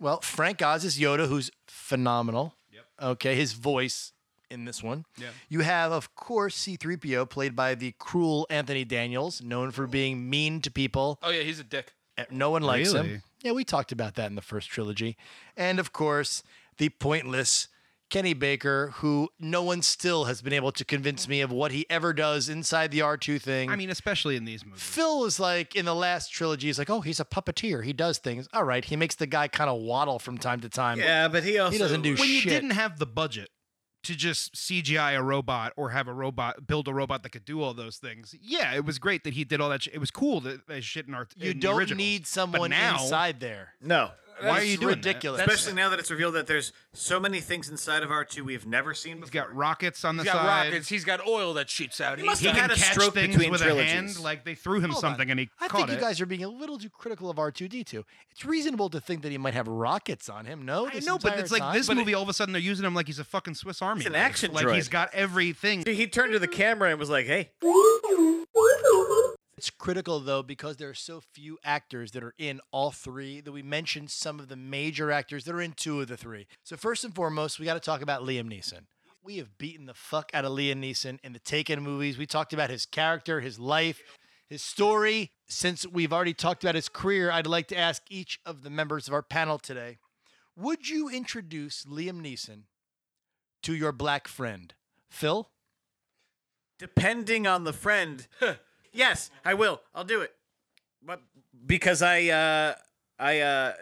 well, Frank Oz is Yoda, who's phenomenal. Yep. Okay, his voice in this one.
Yeah.
You have, of course, C3PO, played by the cruel Anthony Daniels, known for being mean to people.
oh yeah, he's a dick.
Uh, No one likes
Really?
him. Yeah, we talked about that in the first trilogy. And of course, the pointless Kenny Baker, who no one still has been able to convince me of what he ever does inside the R2 thing.
I mean, especially in these movies.
Phil was like in the last trilogy, he's like, oh, he's a puppeteer. He does things. All right. He makes the guy kind of waddle from time to time.
yeah, but he also
doesn't do
when you
shit.
didn't have the budget to just CGI a robot or have a robot build a robot that could do all those things, yeah, it was great that he did all that. shit. It was cool that that shit in our
You
in the
don't
originals.
need
But
someone
now,
inside there.
No.
Why are you doing that?
ridiculous.
Especially now that it's revealed that there's so many things inside of R2 we've never seen
He's
before.
got rockets on the
He's got
side.
rockets. He's got oil that shoots out. He
must
He
have
can
had a
catch
stroke
things
between
with a hand.
trilogies.
Like they threw him
Hold
something
on.
and he
I
caught
think
it.
you guys are being a little too critical of R2D2. It's reasonable to think that he might have rockets on him. No,
I
this
know, but
entire
it's like
time?
this movie. all of a sudden, they're using him like he's a fucking Swiss Army.
He's an
knife.
action
Like he's
droid.
got everything.
He turned to the camera and was like, hey.
It's critical though because there are so few actors that are in all three that we mentioned some of the major actors that are in two of the three. So first and foremost, we got to talk about Liam Neeson. We have beaten the fuck out of Liam Neeson in the Taken movies. We talked about his character, his life, his story. Since we've already talked about his career, I'd like to ask each of the members of our panel today, would you introduce Liam Neeson to your black friend? Phil?
Depending on the friend. yes, I will. I'll do it. But because I uh I uh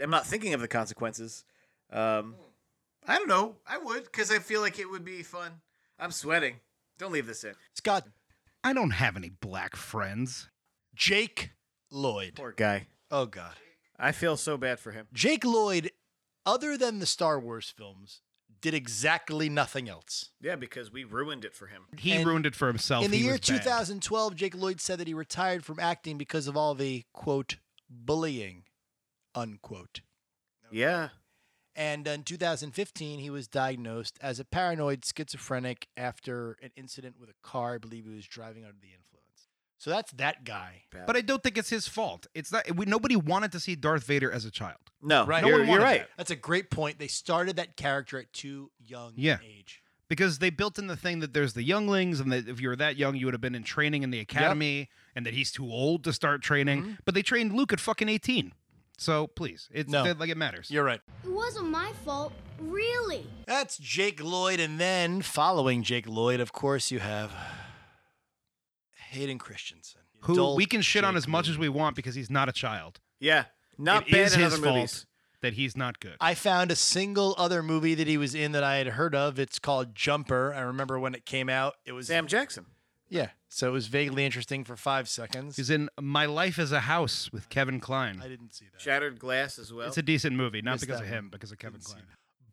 am not thinking of the consequences. Um I don't know. I would cuz I feel like it would be fun. I'm sweating. Don't leave this in.
Scott,
I don't have any black friends.
Jake Lloyd.
Poor guy.
Oh god.
I feel so bad for him.
Jake Lloyd, other than the Star Wars films, did exactly nothing else.
Yeah, because we ruined it for him.
He
And
ruined it for himself.
In the
He
year
was bad.
2012, Jake Lloyd said that he retired from acting because of all the quote bullying unquote.
Yeah.
And in 2015, he was diagnosed as a paranoid schizophrenic after an incident with a car. I believe he was driving under the influence. So that's that guy.
But I don't think it's his fault. It's not. We, nobody wanted to see Darth Vader as a child.
No,
Right.
you're,
No one
you're
wanted
right.
That's a great point. They started that character at too young
Yeah.
an age.
because they built in the thing that there's the younglings and that if you were that young you would have been in training in the academy and that he's too old to start training
Mm-hmm.
but they trained luke at fucking 18 so please it's
No.
that- like it matters
You're right.
It wasn't my fault, really.
That's Jake Lloyd. And then following Jake Lloyd, of course, you have Hayden Christensen.
who
Adult
we can shit on
Jake
as much
Lloyd.
as we want because he's not a child
Yeah. Not
It
bad
is
in
his
other
fault
movies.
that he's not good
I found a single other movie that he was in that I had heard of. It's called Jumper. I remember when it came out. It was
Sam Jackson.
Yeah. So it was vaguely interesting for five seconds.
he's in my life as a house with kevin klein
I didn't see that.
Shattered Glass as well.
it's a decent movie not
Missed
because
that
of him
one.
because of kevin klein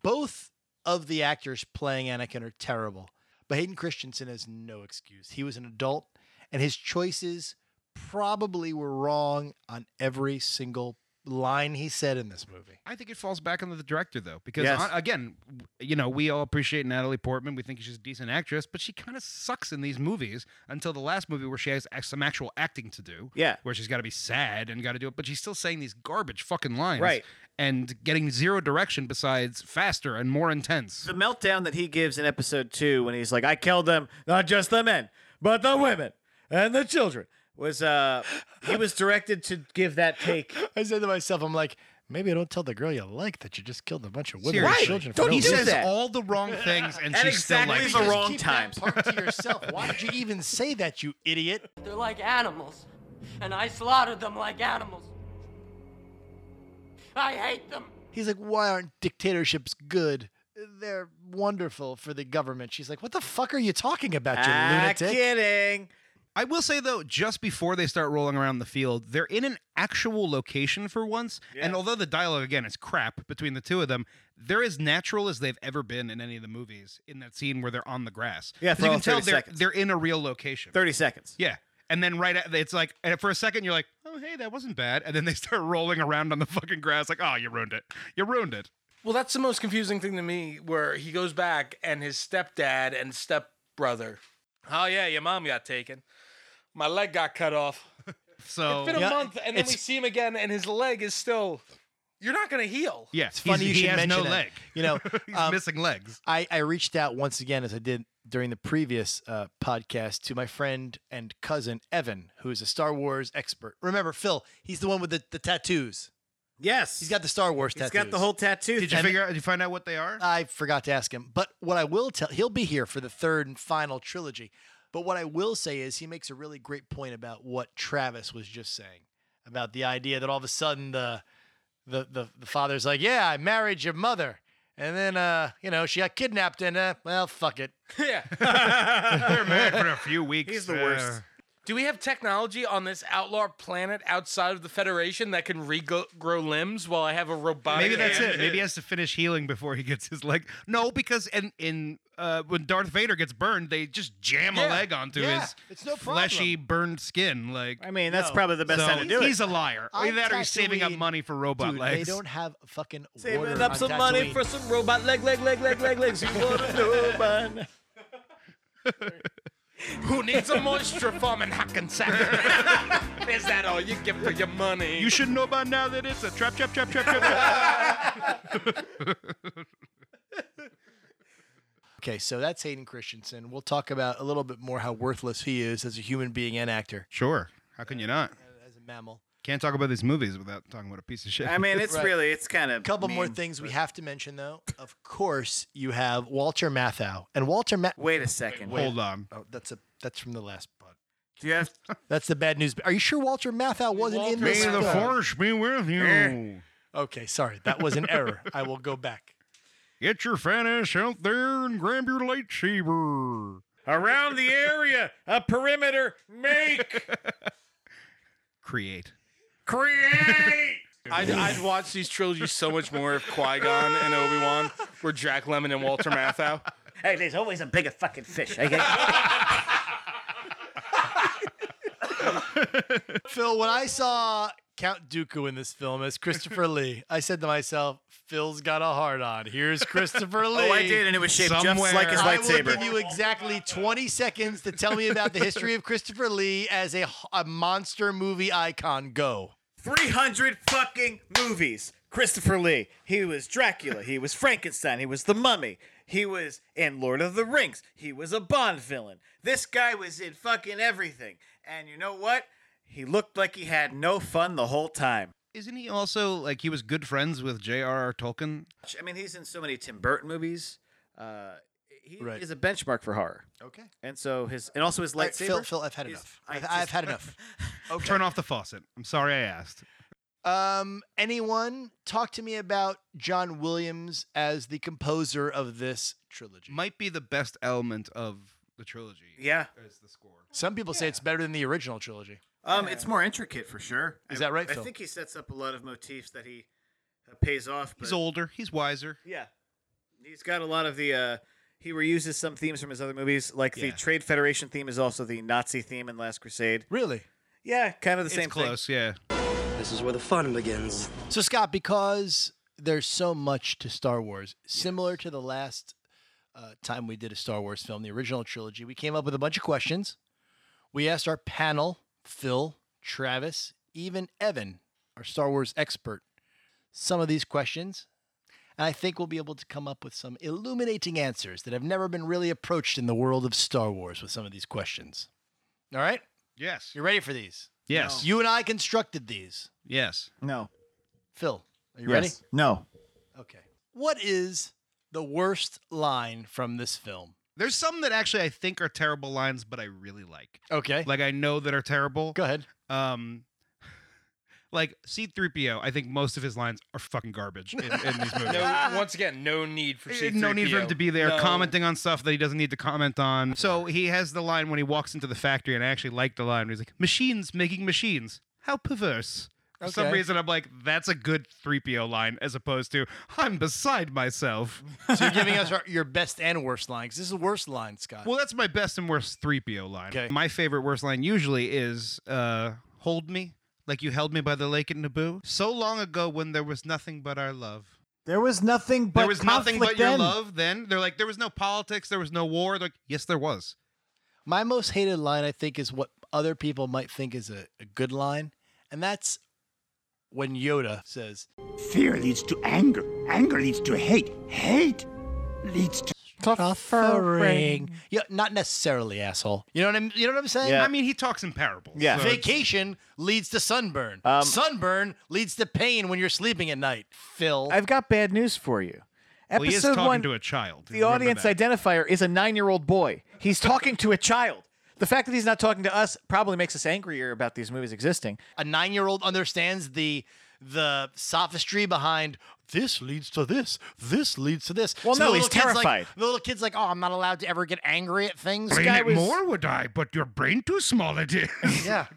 Both of the actors playing Anakin are terrible, but Hayden Christensen has no excuse. He was an adult, and his choices probably were wrong on every single line he said in this movie.
I think it falls back onto the director though, because
Yes.
hon- again, you know, we all appreciate Natalie Portman. We think she's a decent actress, but she kind of sucks in these movies until the last movie where she has ac- some actual acting to do.
Yeah.
where she's got to be sad and got to do it, but she's still saying these garbage fucking lines,
Right.
And getting zero direction besides faster and more intense.
The meltdown that he gives in episode two when he's like, I killed them, not just the men, but the women and the children, was uh he was directed to give that take.
I said to myself, I'm like, maybe I don't tell the girl you like that you just killed a bunch of women
Seriously.
and children. for
Don't
no
he
reason.
says all the wrong things and
At
she's still
exactly
like
the
it.
wrong
Keep
times.
that part to yourself. Why did you even say that, you idiot?
They're like animals, and I slaughtered them like animals. I hate them.
He's like, why aren't dictatorships good? They're wonderful for the government. She's like, what the fuck are you talking about, you lunatic?
Ah, kidding.
I will say though, just before they start rolling around the field, they're in an actual location for once. And although the dialogue again is crap between the two of them, they're as natural as they've ever been in any of the movies. In that scene where they're on the grass,
Yeah,
'Cause
for
you
all
can tell
30
they're
seconds.
they're in a real location.
30 seconds.
Yeah, and then right at, it's like and for a second you're like, oh hey, that wasn't bad, and then they start rolling around on the fucking grass like, oh you ruined it, you ruined it.
Well, that's the most confusing thing to me where he goes back and his stepdad and stepbrother. Oh, yeah, your mom got taken. My leg got cut off.
So
it's been a month, and then we see him again, and his leg is still. You're not going to heal.
Yeah,
It's funny you
he
should
has
mention
no
that.
leg.
You know,
he's
um,
missing legs.
I, I reached out once again, as I did during the previous uh, podcast, to my friend and cousin Evan, who is a Star Wars expert. Remember, Phil, he's the one with the, the tattoos.
Yes.
He's got the Star Wars tattoos.
He's got the whole tattoo.
Did you
thing.
figure out? Did you find out what they are?
I forgot to ask him. But what I will tell, he'll be here for the third and final trilogy. But what I will say is he makes a really great point about what Travis was just saying about the idea that all of a sudden the the the, the father's like, "Yeah, I married your mother." And then uh, you know, she got kidnapped and uh, well, fuck it.
They're married for a few weeks.
He's the worst. Do we have technology on this outlaw planet outside of the Federation that can regrow limbs while I have a robotic?
Maybe that's
hand?
uh, it. Maybe he has to finish healing before he gets his leg. No, because in in uh, when Darth Vader gets burned, they just jam a
Yeah.
leg onto
Yeah.
his
It's no problem.
fleshy burned skin. Like
I mean, that's No. probably the best
so
time to do it.
He's a liar.
On
Either that or he's saving up
Tatooine-
money for robot
Dude,
legs.
They don't have a fucking water
Saving up
on
some money
Tatooine.
for some robot leg, leg, leg, leg, leg, legs. You want to know about?
Who needs a moisture farm in Hackensack? Is that all you get for your money?
You should know by now that it's a trap, trap, trap, trap, trap. trap.
Okay, so that's Hayden Christensen. We'll talk about a little bit more how worthless he is as a human being and actor,
sure. How can you not?
as a mammal.
Can't talk about these movies without talking about a piece of shit.
I mean, it's really, it's kind of.
A couple more things we have to mention, though. Of course, you have Walter Matthau, and Walter Matt.
Wait a second.
Hold on.
Oh, that's a that's from the last part.
Do you have
That's the bad news. Are you sure Walter Matthau wasn't in
May
this?
the
film?
force be with
Eh.
you.
Okay, sorry, that was an error. I will go back.
Get your fat ass out there and grab your lightsaber.
around the area a perimeter make
Create.
create?
I'd, I'd watch these trilogies so much more if Qui Gon and Obi Wan were Jack Lemon and Walter Matthau.
Hey, there's always a bigger fucking fish. eh? I
Phil, when I saw Count Dooku in this film as Christopher Lee, I said to myself, "Phil's got a hard on." Here's Christopher Lee.
Oh, I did, and it was shaped
Somewhere.
just like his
I will give
lightsaber.
you exactly 20 seconds to tell me about the history of Christopher Lee as a, a monster movie icon. Go.
300 fucking movies. Christopher Lee. He was Dracula. He was Frankenstein. He was the mummy. He was in Lord of the Rings. He was a Bond villain. This guy was in fucking everything. And you know what? He looked like he had no fun the whole time.
Isn't he also like he was good friends with J.R.R. Tolkien?
I mean, he's in so many Tim Burton movies. Uh, he
Right.
is a benchmark for horror.
Okay.
And so his, and also his
All right,
lightsaber.
Phil, Phil, I've had
is-
enough.
I
I've,
just-
I've had enough. Okay.
Turn off the faucet. I'm sorry I asked.
Um, anyone talk to me about John Williams as the composer of this trilogy?
Might be the best element of the trilogy.
Yeah.
Is the score.
Some people say it's better than the original trilogy.
Um, it's more intricate for sure.
Is
I-
that right,
I
Phil?
think he sets up a lot of motifs that he uh, pays off. But
He's older. He's wiser.
Yeah, he's got a lot of the. Uh, he reuses some themes from his other movies, like the
Yeah.
Trade Federation theme is also the Nazi theme in Last Crusade.
Really?
Yeah, kind of the
It's
same thing.
close. Yeah.
This is where the fun begins.
So Scott, because there's so much to Star Wars, similar to the last uh, time we did a Star Wars film, the original trilogy, we came up with a bunch of questions. We asked our panel, Phil, Travis, even Evan, our Star Wars expert, some of these questions, and I think we'll be able to come up with some illuminating answers that have never been really approached in the world of Star Wars with some of these questions. All right?
Yes.
You ready for these?
Yes.
You and I constructed these.
Yes.
No.
Phil, are you
yes.
ready?
No.
Okay. What is the worst line from this film?
There's some that actually I think are terrible lines, but I really like.
Okay.
Like I know that are terrible.
Go ahead.
Um, like C-3PO, I think most of his lines are fucking garbage in, in these movies.
No, once again, no need for C-3PO.
No need for him to be there
No.
commenting on stuff that he doesn't need to comment on. So he has the line when he walks into the factory, and I actually like the line. Where he's like, "Machines making machines. How perverse." For some
Okay.
reason, I'm like, that's a good 3PO line as opposed to, I'm beside myself.
So you're giving us our, your best and worst line 'cause this is the worst line, Scott.
Well, that's my best and worst 3PO line.
Okay.
My favorite worst line usually is uh, hold me like you held me by the lake at Naboo so long ago when there was nothing but our love.
There was nothing but
there was nothing but
conflict
your
then.
love then. They're like there was no politics, there was no war. They're like yes there was.
My most hated line, I think, is what other people might think is a, a good line, and that's when Yoda says,
Fear leads to anger. Anger leads to hate. Hate leads to
"Suffering." Yeah, not necessarily, asshole. You know what I'm. You know what I'm saying?
I mean he talks in parables.
Yeah.
so it's-
Vacation leads to sunburn.
Um,
sunburn leads to pain when you're sleeping at night. Phil.
I've got bad news for you.
Well, he is
Episode
talking
one,
to a child.
the
Remember
audience
that.
identifier is a nine-year-old boy. He's talking to a child. The fact that he's not talking to us probably makes us angrier about these movies existing.
a nine-year-old understands the the sophistry behind this leads to this, this leads to this.
Well, no,
the
he's
little kid's like-
terrified.
the little kid's like, "Oh, I'm not allowed to ever get angry at things."
This guy was-
would I, but your brain too small it is.
yeah.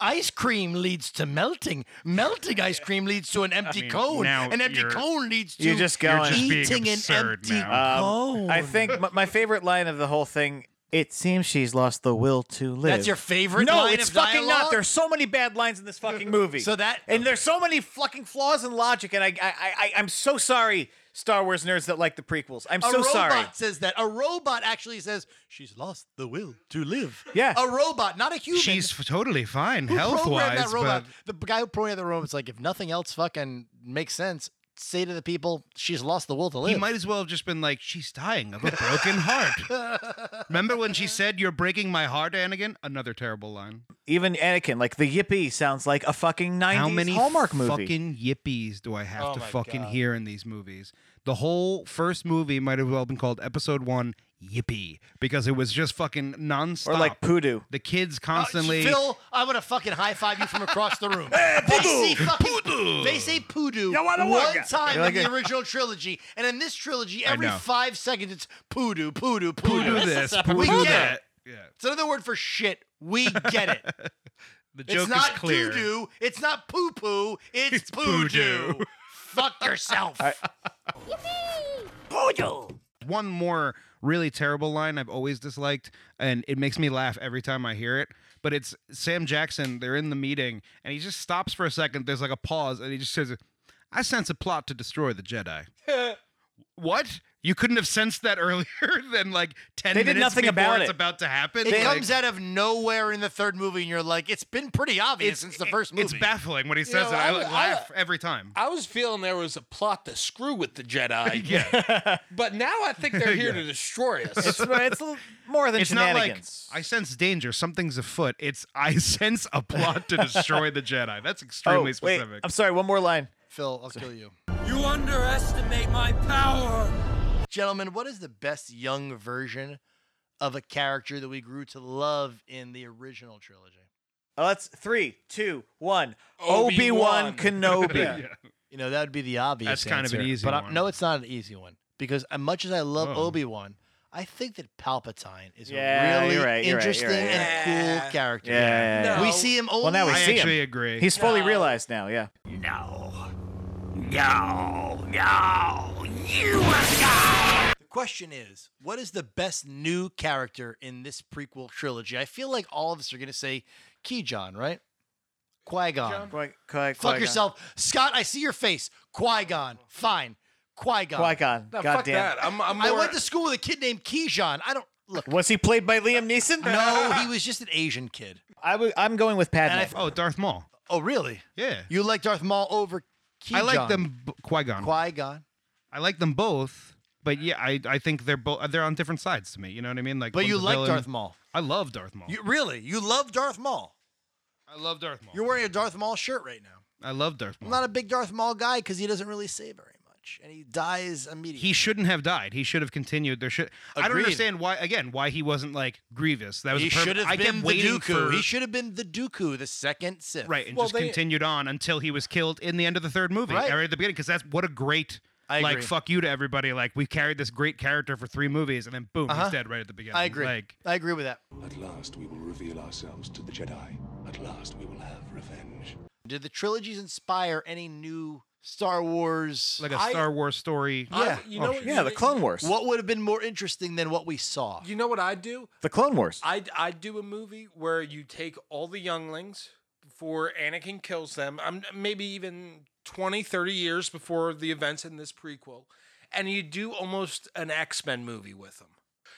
Ice cream leads to melting. Melting ice cream leads to an empty
mean,
cone.
now
An empty
you're-
cone leads to
You're just going.
eating an empty
Um,
cone.
I think m- my favorite line of the whole thing. It seems she's lost the will to live.
That's your favorite
No,
line
it's
of
fucking
dialogue?
not. There's so many bad lines in this fucking movie.
So that-
and there's so many fucking flaws in logic. And I, I, I, I'm so sorry, Star Wars nerds that like the prequels. I'm
a
Um, so
robot
sorry.
says that. A robot actually says she's lost the will to live.
Yeah.
A robot, not a human.
She's f- totally fine
Who
health
programmed
wise.
that robot? The guy who programmed that robot's like, if nothing else fucking makes sense, say to the people, she's lost the will to live.
He might as well have just been like, she's dying of a broken heart. Remember when she said, You're breaking my heart, Anakin? Another terrible line.
Even Anakin, like the yippee, sounds like a fucking 90s
How many
Hallmark movie.
fucking yippies do I have
Oh
to
my
fucking
God.
hear in these movies? The whole first movie might have well been called Episode One Yippee because it was just fucking nonstop.
or like Poodoo.
the kids
Uh,
constantly.
Phil, I would have fucking high five you from across the room. they say fucking They say poodoo
Ya wanna
one
waka.
time
You're like
in the
a-
original trilogy, and in this trilogy, every
know.
five seconds it's poodoo, poodoo, poodoo.
Poodoo this,
we
poodoo
get
that.
it.
Yeah.
It's another word for shit. We get it.
The joke
it's not
is clear.
doo-doo. It's not poo-poo. It's,
It's
poodoo.
poodoo.
Fuck yourself.
One more really terrible line I've always disliked, and it makes me laugh every time I hear it. But it's Sam Jackson. They're in the meeting, and he just stops for a second. There's like a pause, and he just says, "I sense a plot to destroy the Jedi." what? You couldn't have sensed that earlier than like ten
They did
minutes
nothing
before
about
it's
it.
about to happen.
It
Like,
comes out of nowhere in the third movie, and you're like, it's been pretty obvious
it's-
since the first movie.
It's baffling when he says
know,
it. I,
I
like,
would- I
laugh every time.
I was feeling there was a plot to screw with the Jedi. But now I think they're here to destroy us.
it's, uh, it's a little more than
It's not like
shenanigans.
I sense danger, something's afoot. It's I sense a plot to destroy the Jedi. That's extremely
oh, wait,
specific.
I'm sorry, one more line.
Phil, I'll kill you.
You underestimate my power.
Gentlemen, what is the best young version of a character that we grew to love in the original trilogy?
Oh, that's three, two, one. Obi
Obi-Wan.
Wan Kenobi.
You know, that would be the obvious
That's kind of an
answer,
easy
but I-
one.
no, it's not an easy one because as much as I love
Oh.
Obi-Wan, I think that Palpatine is
Yeah,
a really
you're right, you're right, you're
interesting
right.
and
Yeah.
cool character.
Yeah.
No.
We see him only
Well, now we
I
see
actually
him.
agree.
He's fully
No.
realized now. Yeah.
No. No. No. You must go.
The question is, what is the best new character in this prequel trilogy? I feel like all of us are going to say Key John, right? Qui Gon.
Qui- Qui-
Fuck
Qui-Gon.
yourself, Scott. I see your face. Qui Gon. Fine. Qui Gon.
Qui-Gon. No, God fuck damn. that. I'm- I'm
I
more-
went to school with a kid named Keyshawn. I don't look.
Was he played by Liam Neeson?
No, he was just an Asian kid.
I w- I'm going with Padme.
And I-
oh, Darth Maul.
Oh, really?
Yeah.
You like Darth Maul over Keyshawn?
I like them Qui Gon.
Qui Gon.
I like them both, but yeah, I, I think they're both they're on different sides to me. You know what I mean? Like,
But
one's
you
a
like
villain.
Darth Maul.
I love Darth Maul.
You, really? You love Darth Maul?
I love Darth Maul.
You're wearing a Darth Maul shirt right now.
I love Darth Maul.
I'm not a big Darth Maul guy because he doesn't really say very much, and he dies immediately.
he shouldn't have died. He should have continued. There should. I don't
Agreed.
understand why. Again, why he wasn't like Grievous. That was
he
a perfect-
should have
I
been
kept
the
waiting
Dooku.
for
He should have been the Dooku, the second Sith.
right and
Well,
just
they-
continued on until he was killed in the end of the third movie
Right.
or at the beginning because that's what a great
I
like
agree.
fuck you to everybody. Like we carried this great character for three movies and then boom,
Uh-huh.
he's dead right at the beginning.
I agree.
Like
I agree with that.
At last we will reveal ourselves to the Jedi. At last we will have revenge.
Did the trilogies inspire any new Star Wars?
like a
I-
Star Wars story.
Yeah,
Oh, shit.
What would have been more interesting than what we saw?
You know what I'd do?
The Clone Wars.
I'd, I'd do a movie where you take all the younglings before Anakin kills them, um, maybe even 20, 30 years before the events in this prequel, and you do almost an X Men movie with them.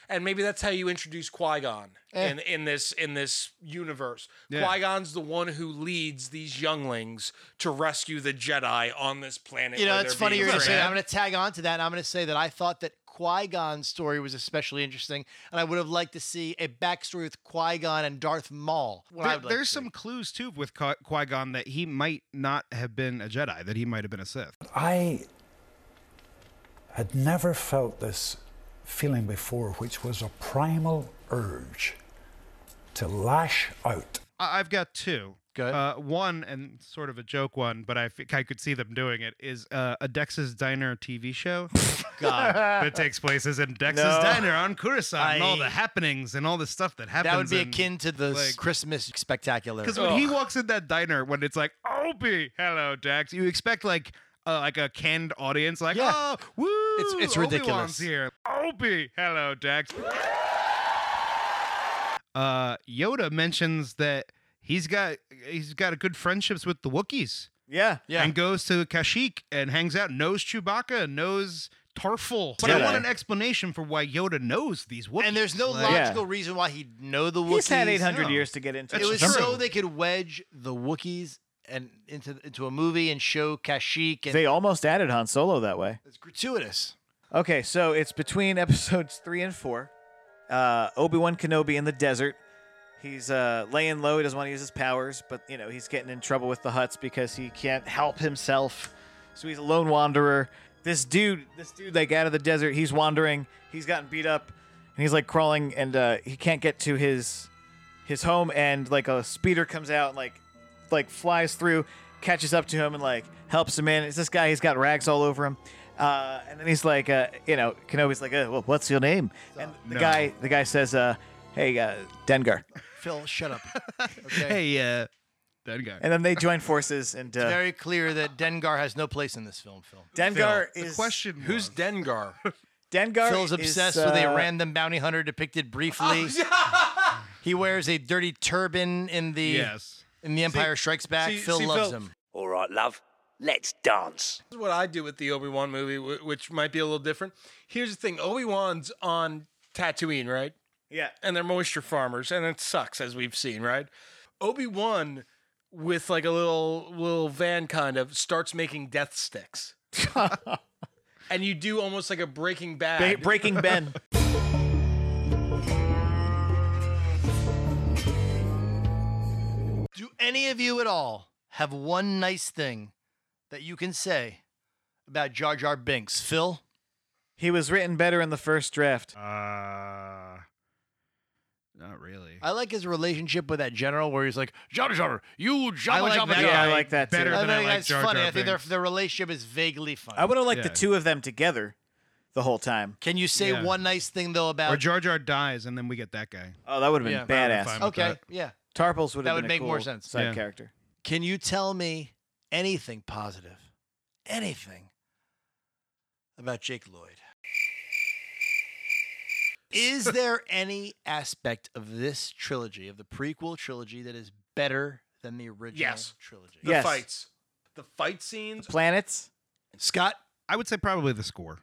And maybe that's how you introduce Qui Gon
Eh.
in, in this in this universe.
Yeah.
Qui Gon's the one who leads these younglings to rescue the Jedi on this planet.
You know,
where
it's
they're
funny
being
you're going to say that.
trained.
I'm going to tag on to that, and I'm going to say that I thought that Qui Gon's story was especially interesting, and I would have liked to see a backstory with Qui Gon and Darth Maul. What I
There-
would like
there's
to see.
some clues too with Qui Gon that he might not have been a Jedi, that he might have been a Sith.
I had never felt this feeling before, which was a primal urge to lash out.
I- I've got two. Uh, one and sort of a joke one, but I think I could see them doing it is uh, a Dex's Diner TV show.
God.
that takes place is in Dex's
No.
Diner on Curacao and all
I-
the happenings and all the stuff that happens.
That would be
in-
akin to the
like-
Christmas spectacular.
Because when he walks in that diner, when it's like, Opie, hello, Dax, you expect like uh, like a canned audience, like, oh, woo,
It's- it's
Obi-Wan's
ridiculous.
here. Opie, hello, Dax. Uh, Yoda mentions that he's got he's got a good friendships with the Wookiees.
Yeah,
yeah. And goes to Kashyyyk and hangs out, knows Chewbacca, knows Tarful. But I
Jedi.
want an explanation for why Yoda knows these Wookiees.
And there's no
Like-
logical reason why he'd know the Wookiees.
He's had 800 years to get into
It
it.
was
That's
so
true.
they could wedge the Wookiees and into into a movie and show Kashyyyk. And
They almost added Han Solo that way.
it's gratuitous.
Okay, so it's between episodes three and four. Uh, Obi Wan Kenobi in the desert. He's uh, laying low. He doesn't want to use his powers, but you know he's getting in trouble with the Huts because he can't help himself. So he's a lone wanderer. This dude, this dude, like out of the desert, he's wandering. He's gotten beat up, and he's like crawling, and uh, he can't get to his his home. And like a speeder comes out and like like flies through, catches up to him, and like helps him in. It's this guy. He's got rags all over him. Uh, and then he's like, uh, you know, Kenobi's like, uh, well, what's your name?
Uh,
And the
No.
guy, the guy says, uh, hey, uh, Dengar.
Phil, shut up.
Hey, uh, that guy.
And then they join forces, and uh,
It's very clear that Dengar has no place in this film. Phil.
Dengar is
question.
Who's Dengar?
Dengar
Phil's
is,
obsessed with a
uh,
random bounty hunter depicted briefly. he wears a dirty turban in the
Yes.
in the Empire Strikes Back.
see-
Phil
see,
loves
Phil-
him.
All right, love.
Let's dance.
This is what I do with the Obi Wan movie, wh- which might be a little different. Here's the thing: Obi Wan's on Tatooine, right?
Yeah.
And they're moisture farmers, and it sucks as we've seen, right? Obi Wan, with like a little little van, kind of starts making death sticks, and you do almost like a Breaking Bad,
Ba- Breaking Ben.
Do any of you at all have one nice thing that you can say about Jar Jar Binks? Phil?
he was written better in the first draft.
Uh, not really.
I like his relationship with that general where he's like, Jar Jar, you Jar
I like
Jar
that
Jar."
guy Yeah, I like that too. better than I
think
like
that's
Jar
funny.
Jar
I think their,
Binks.
their relationship is vaguely funny.
I would have liked
Yeah.
the two of them together the whole time.
Can you say
Yeah.
one nice thing though about
Or Jar Jar dies, and then we get that guy.
Oh, that would have
Yeah.
I'm
been badass.
fine with
Okay,
that.
yeah.
Tarples would
That
have
would
been a
make
cool
more sense.
side
Yeah.
character.
Can you tell me anything positive? Anything about Jake Lloyd? Is there any aspect of this trilogy, of the prequel trilogy, that is better than the original
Yes.
trilogy.
The
Yes.
fights. The fight scenes.
planets.
Scott,
I would say probably the score.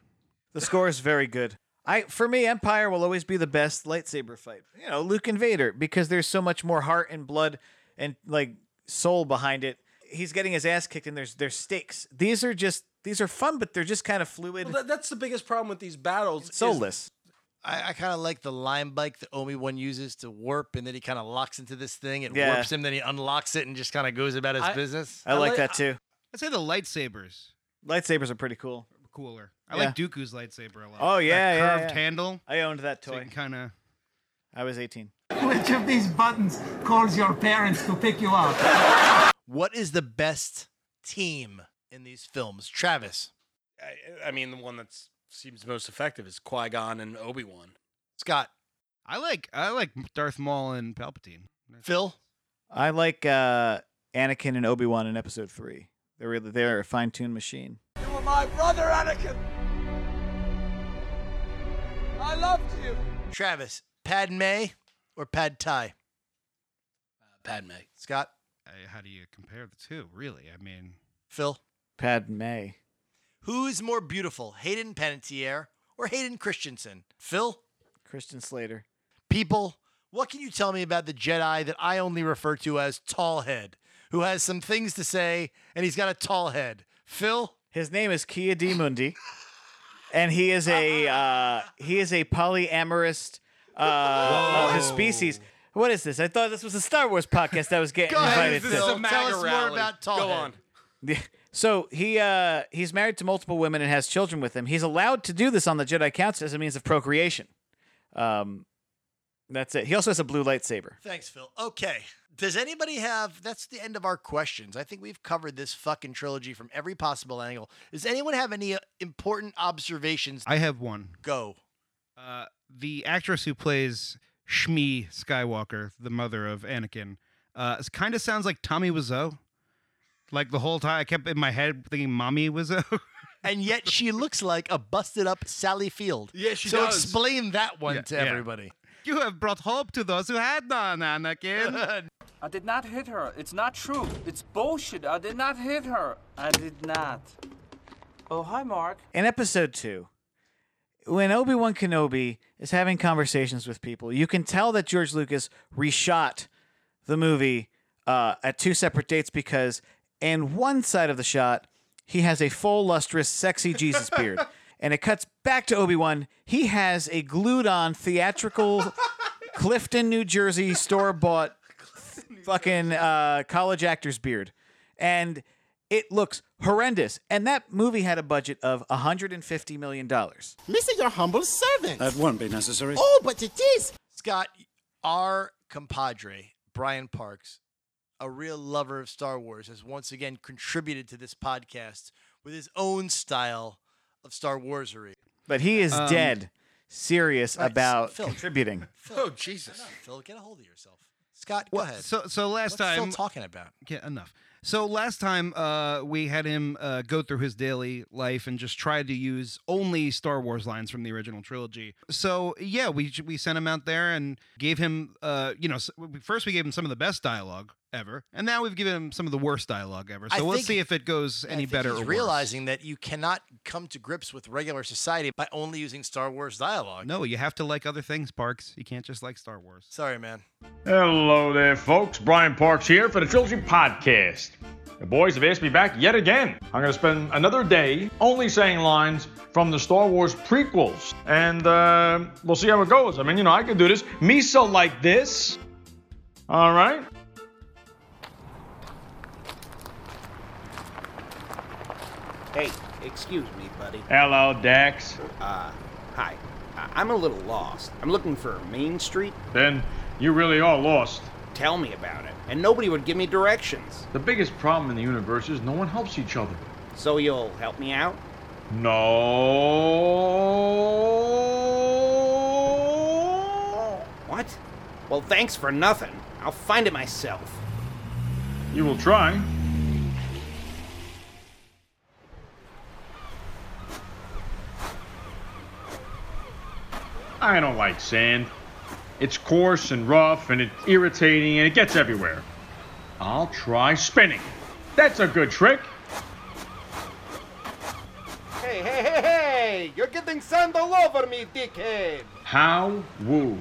The score is very good. I for me, Empire will always be the best lightsaber fight. You know, Luke and Vader because there's so much more heart and blood and like soul behind it. He's getting his ass kicked, and there's there's stakes. These are just these are fun, but they're just kind of fluid.
Well, that, that's the biggest problem with these battles. Is,
soulless.
I, I kind of like the lime bike that Omi One uses to warp, and then he kind of locks into this thing. It
Yeah.
warps him, then he unlocks it and just kind of goes about his
I-
business.
I, like that too.
I'd say the lightsabers
lightsabers are pretty cool.
were cooler. I
Yeah.
like Dooku's lightsaber a lot.
Oh
That
yeah, yeah,
curved
yeah.
handle.
I owned that
So you
toy.
can kind of.
I was 18.
Which of these buttons calls your parents to pick you up?
What is the best team in these films? Travis,
I, I mean, the one that seems most effective is Qui Gon and Obi Wan.
Scott,
I like I like Darth Maul and Palpatine.
Phil.
I like uh, Anakin and Obi Wan in Episode Three. They're really they're a fine tuned machine.
You were my brother, Anakin. I loved you.
Travis, Padme or Pad Thai?
Padme.
Scott,
Uh, how do you compare the two? Really? I mean,
Phil.
Padme.
Who is more beautiful, Hayden Panettiere or Hayden Christensen? Phil,
Christian Slater.
people, what can you tell me about the Jedi that I only refer to as Tall Head, who has some things to say and he's got a tall head? Phil,
His name is Kia D Mundi, and he is a uh, he is a polyamorous uh, of his species. What is this? I thought this was a Star Wars podcast I was getting
Go ahead,
invited
this
to.
is a MAGA Tell us more rally. about Tall
Go
Head.
on.
Yeah. So he uh, he's married to multiple women and has children with them. He's allowed to do this on the Jedi Council as a means of procreation. Um, that's it. He also has a blue lightsaber.
Thanks, Phil. Okay. Does anybody have? That's the end of our questions. I think we've covered this fucking trilogy from every possible angle. Does anyone have any uh, important observations?
I have one.
Go.
Uh, the actress who plays Shmi Skywalker, the mother of Anakin, uh, kind of sounds like Tommy Wiseau. Like the whole time, I kept in my head thinking "Mommy Wiseau."
And yet she looks like a busted up Sally Field.
Yeah, she
so
does.
explain that one
Yeah,
to
yeah.
everybody.
you have brought hope to those who had none, Anakin.
I did not hit her. It's not true. It's bullshit. I did not hit her. I did not. Oh, hi, Mark.
in episode two, when Obi Wan Kenobi is having conversations with people, you can tell that George Lucas reshot the movie uh, at two separate dates because in one side of the shot, he has a full, lustrous, sexy Jesus beard. and it cuts back to Obi Wan. He has a glued on theatrical Clifton, New Jersey store bought fucking uh, college actor's beard. And it looks horrendous. And that movie had a budget of $150 million.
Missing your humble servant.
That won't be necessary.
Oh, but it is.
Scott, our compadre, Brian Parks, a real lover of Star Wars, has once again contributed to this podcast with his own style of Star Warsery.
But he is
Um,
dead serious
All right,
about
Phil.
contributing.
oh Jesus!
Phil, get a hold of yourself. Scott, go
Well,
ahead.
So, so last
What's Phil
time,
talking about?
Yeah, enough. So last time uh, we had him uh, go through his daily life and just try to use only Star Wars lines from the original trilogy. So yeah, we we sent him out there and gave him, uh, you know, s- first we gave him some of the best dialogue ever, and now we've given him some of the worst dialogue ever. So
I
we'll
think-
see if it goes
I
any
think
better
he's
or worse.
realizing that you cannot come to grips with regular society by only using Star Wars dialogue.
No, you have to like other things, Parks. You can't just like Star Wars.
Sorry, man.
Hello there, folks. Brian Parks here for the Trilogy Podcast. The boys have asked me back yet again. I'm going to spend another day only saying lines from the Star Wars prequels, and uh, we'll see how it goes. I mean, you know, I can do this. Me so like this. All right.
Hey, excuse me, buddy.
Hello, Dax.
Uh, hi. I- I'm a little lost. I'm looking for Main Street.
Then you really are lost.
Tell me about it. And nobody would give me directions.
The biggest problem in the universe is no one helps each other.
So you'll help me out?
No.
What? Well, thanks for nothing. I'll find it myself.
You will try. I don't like sand. It's coarse and rough and it's irritating and it gets everywhere. I'll try spinning. That's a good trick.
Hey, hey, hey, hey! You're getting sand all over me, dickhead!
How wooed.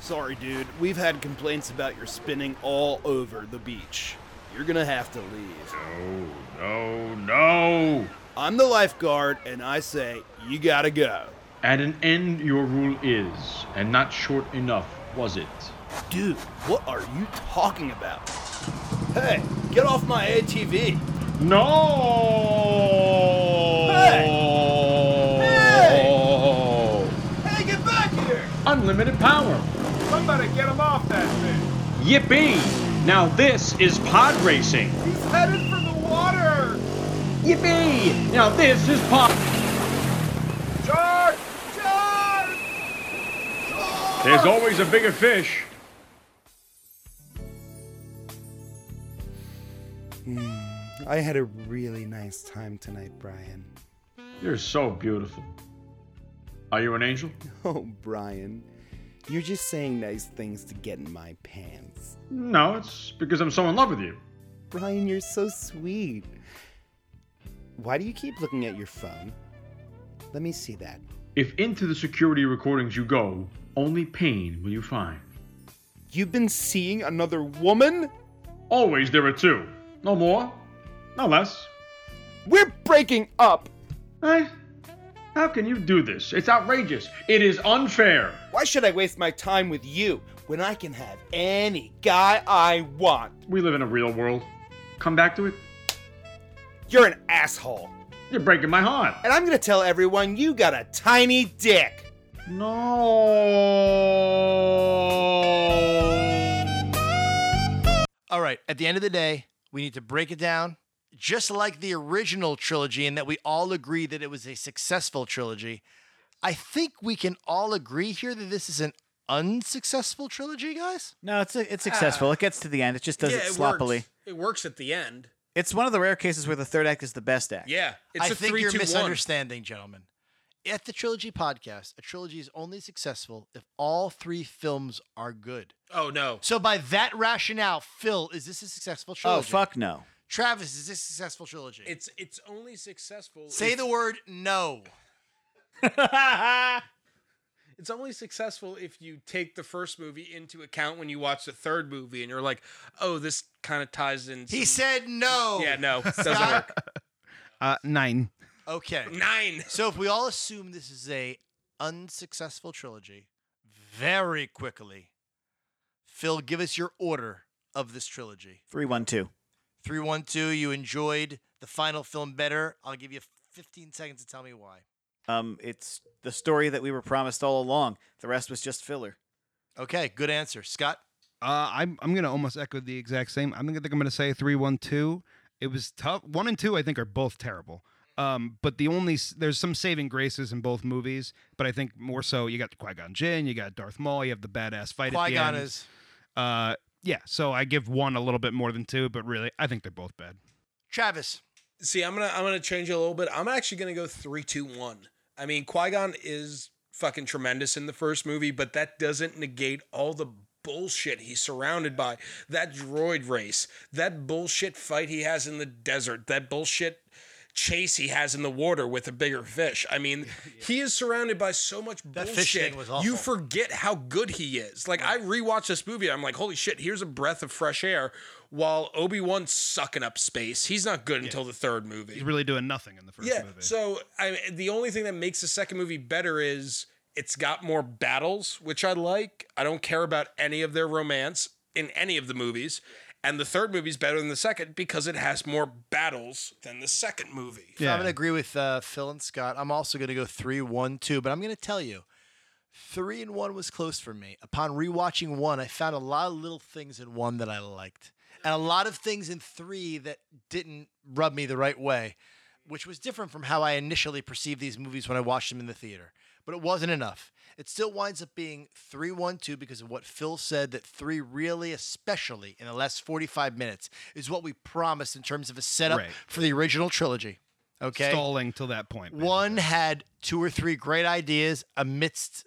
Sorry, dude. We've had complaints about your spinning all over the beach. You're gonna have to leave.
No, no, no!
I'm the lifeguard, and I say you gotta go.
At an end, your rule is, and not short enough, was it?
Dude, what are you talking about? Hey, get off my ATV!
No!
Hey!
Hey!
Hey, get back here!
Unlimited power.
Somebody get him off that thing!
Yippee! Now this is pod racing.
He's headed for the water!
Yippee! Now this is pod.
Charge! Charge!
There's always a bigger fish.
Hmm. I had a really nice time tonight, Brian.
You're so beautiful. Are you an angel?
Oh, Brian. You're just saying nice things to get in my pants.
No, it's because I'm so in love with you.
Brian, you're so sweet. Why do you keep looking at your phone? Let me see that.
If into the security recordings you go, only pain will you find.
You've been seeing another woman?
Always there are two. No more, no less.
We're breaking up!
Eh? How can you do this? It's outrageous. It is unfair.
Why should I waste my time with you when I can have any guy I want?
We live in a real world. Come back to it.
You're an asshole.
You're breaking my heart.
And I'm gonna tell everyone you got a tiny dick.
No.
All right, at the end of the day, we need to break it down. Just like the original trilogy, in that we all agree that it was a successful trilogy, I think we can all agree here that this is an unsuccessful trilogy, guys.
No, it's it's successful. it gets to the end. It just does Ah. it sloppily.
Works. It works at the end.
It's one of the rare cases where the third act is the best act.
Yeah, it's
I
a
think
three,
you're
two, one.
misunderstanding, gentlemen. At the Trilogy podcast, a trilogy is only successful if all three films are good.
Oh no.
So, by that rationale, Phil, is this a successful
Oh
trilogy?
fuck no.
Travis, is this a successful trilogy?
It's it's only successful.
Say
if-
the word no.
It's only successful if you take the first movie into account when you watch the third movie, and you're like, oh, this kind of ties in.
He
some-
said no.
Yeah, no, doesn't
Scott?
work.
Uh, nine.
Okay.
Nine.
So if we all assume this is a unsuccessful trilogy, very quickly, Phil, give us your order of this trilogy.
Three one two.
Three, one, two. You enjoyed the final film better. I'll give you 15 seconds to tell me why.
Um, it's the story that we were promised all along. The rest was just filler.
Okay, good answer, Scott.
Uh, I'm I'm gonna almost echo the exact same. I'm gonna think I'm gonna say three one two. It was tough. One and two, I think, are both terrible. Um, but the only s- there's some saving graces in both movies. But I think more so, you got Qui Gon Jinn, you got Darth Maul, you have the badass fight.
Qui
at
Gon
the end.
is
Uh, yeah. So I give one a little bit more than two, but really, I think they're both bad.
Travis.
See, I'm gonna I'm gonna change it a little bit. I'm actually gonna go three, two, one. I mean, Qui Gon is fucking tremendous in the first movie, but that doesn't negate all the bullshit he's surrounded by. That droid race, that bullshit fight he has in the desert, that bullshit chase he has in the water with a bigger fish. I mean, he is surrounded by so much
That fish
bullshit.
thing was awful.
You forget how good he is. Like I rewatched this movie, I'm like, holy shit, here's a breath of fresh air. While Obi Wan's sucking up space, he's not good until the third movie.
He's really doing nothing in the first
yeah.
movie.
So I mean, the only thing that makes the second movie better is it's got more battles, which I like. I don't care about any of their romance in any of the movies. And the third movie's better than the second because it has more battles than the second movie.
So I'm going to agree with uh, Phil and Scott. I'm also going to go three, one, two, but I'm going to tell you, three and one was close for me. Upon rewatching one, I found a lot of little things in one that I liked, and a lot of things in three that didn't rub me the right way, which was different from how I initially perceived these movies when I watched them in the theater. But it wasn't enough. It still winds up being three, one, two because of what Phil said that three really, especially in the last 45 minutes, is what we promised in terms of a setup
Right.
for the original trilogy. Okay.
Stalling till that point.
One had two or three great ideas amidst,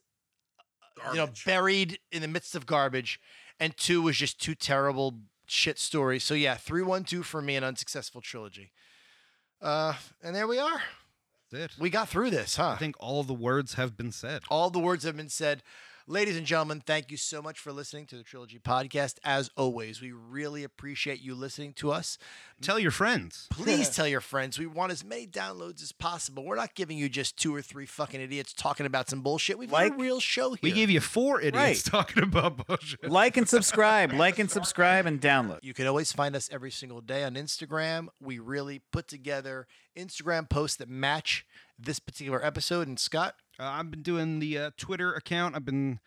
you know, buried in the midst of garbage, and two was just two terrible shit story. So yeah, 312 for me, an unsuccessful trilogy. Uh, and there we are.
That's it.
We got through this, huh?
I think all the words have been said.
All the words have been said. Ladies and gentlemen, thank you so much for listening to the Trilogy Podcast. As always, we really appreciate you listening to us.
Tell your friends.
Please tell your friends. We want as many downloads as possible. We're not giving you just two or three fucking idiots talking about some bullshit. We've got a real show here.
We gave you four idiots
Right.
talking about bullshit.
Like and subscribe. like and subscribe and download.
You can always find us every single day on Instagram. We really put together Instagram posts that match this particular episode. And Scott,
Uh, I've been doing the uh, Twitter account. I've been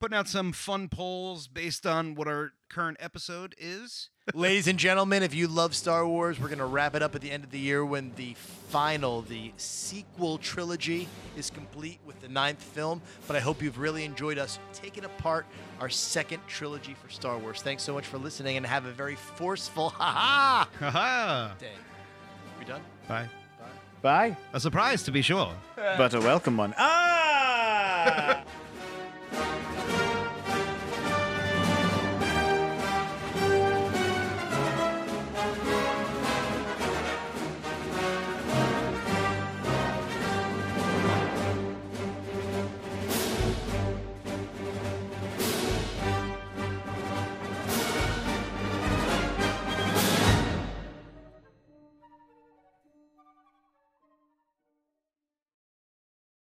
putting out some fun polls based on what our current episode is.
ladies and gentlemen, if you love Star Wars, we're going to wrap it up at the end of the year when the final, the sequel trilogy is complete with the ninth film. But I hope you've really enjoyed us taking apart our second trilogy for Star Wars. Thanks so much for listening and have a very forceful ha ha
ha
day. We done?
Bye.
Bye.
A surprise, to be sure.
But a welcome one. Ah!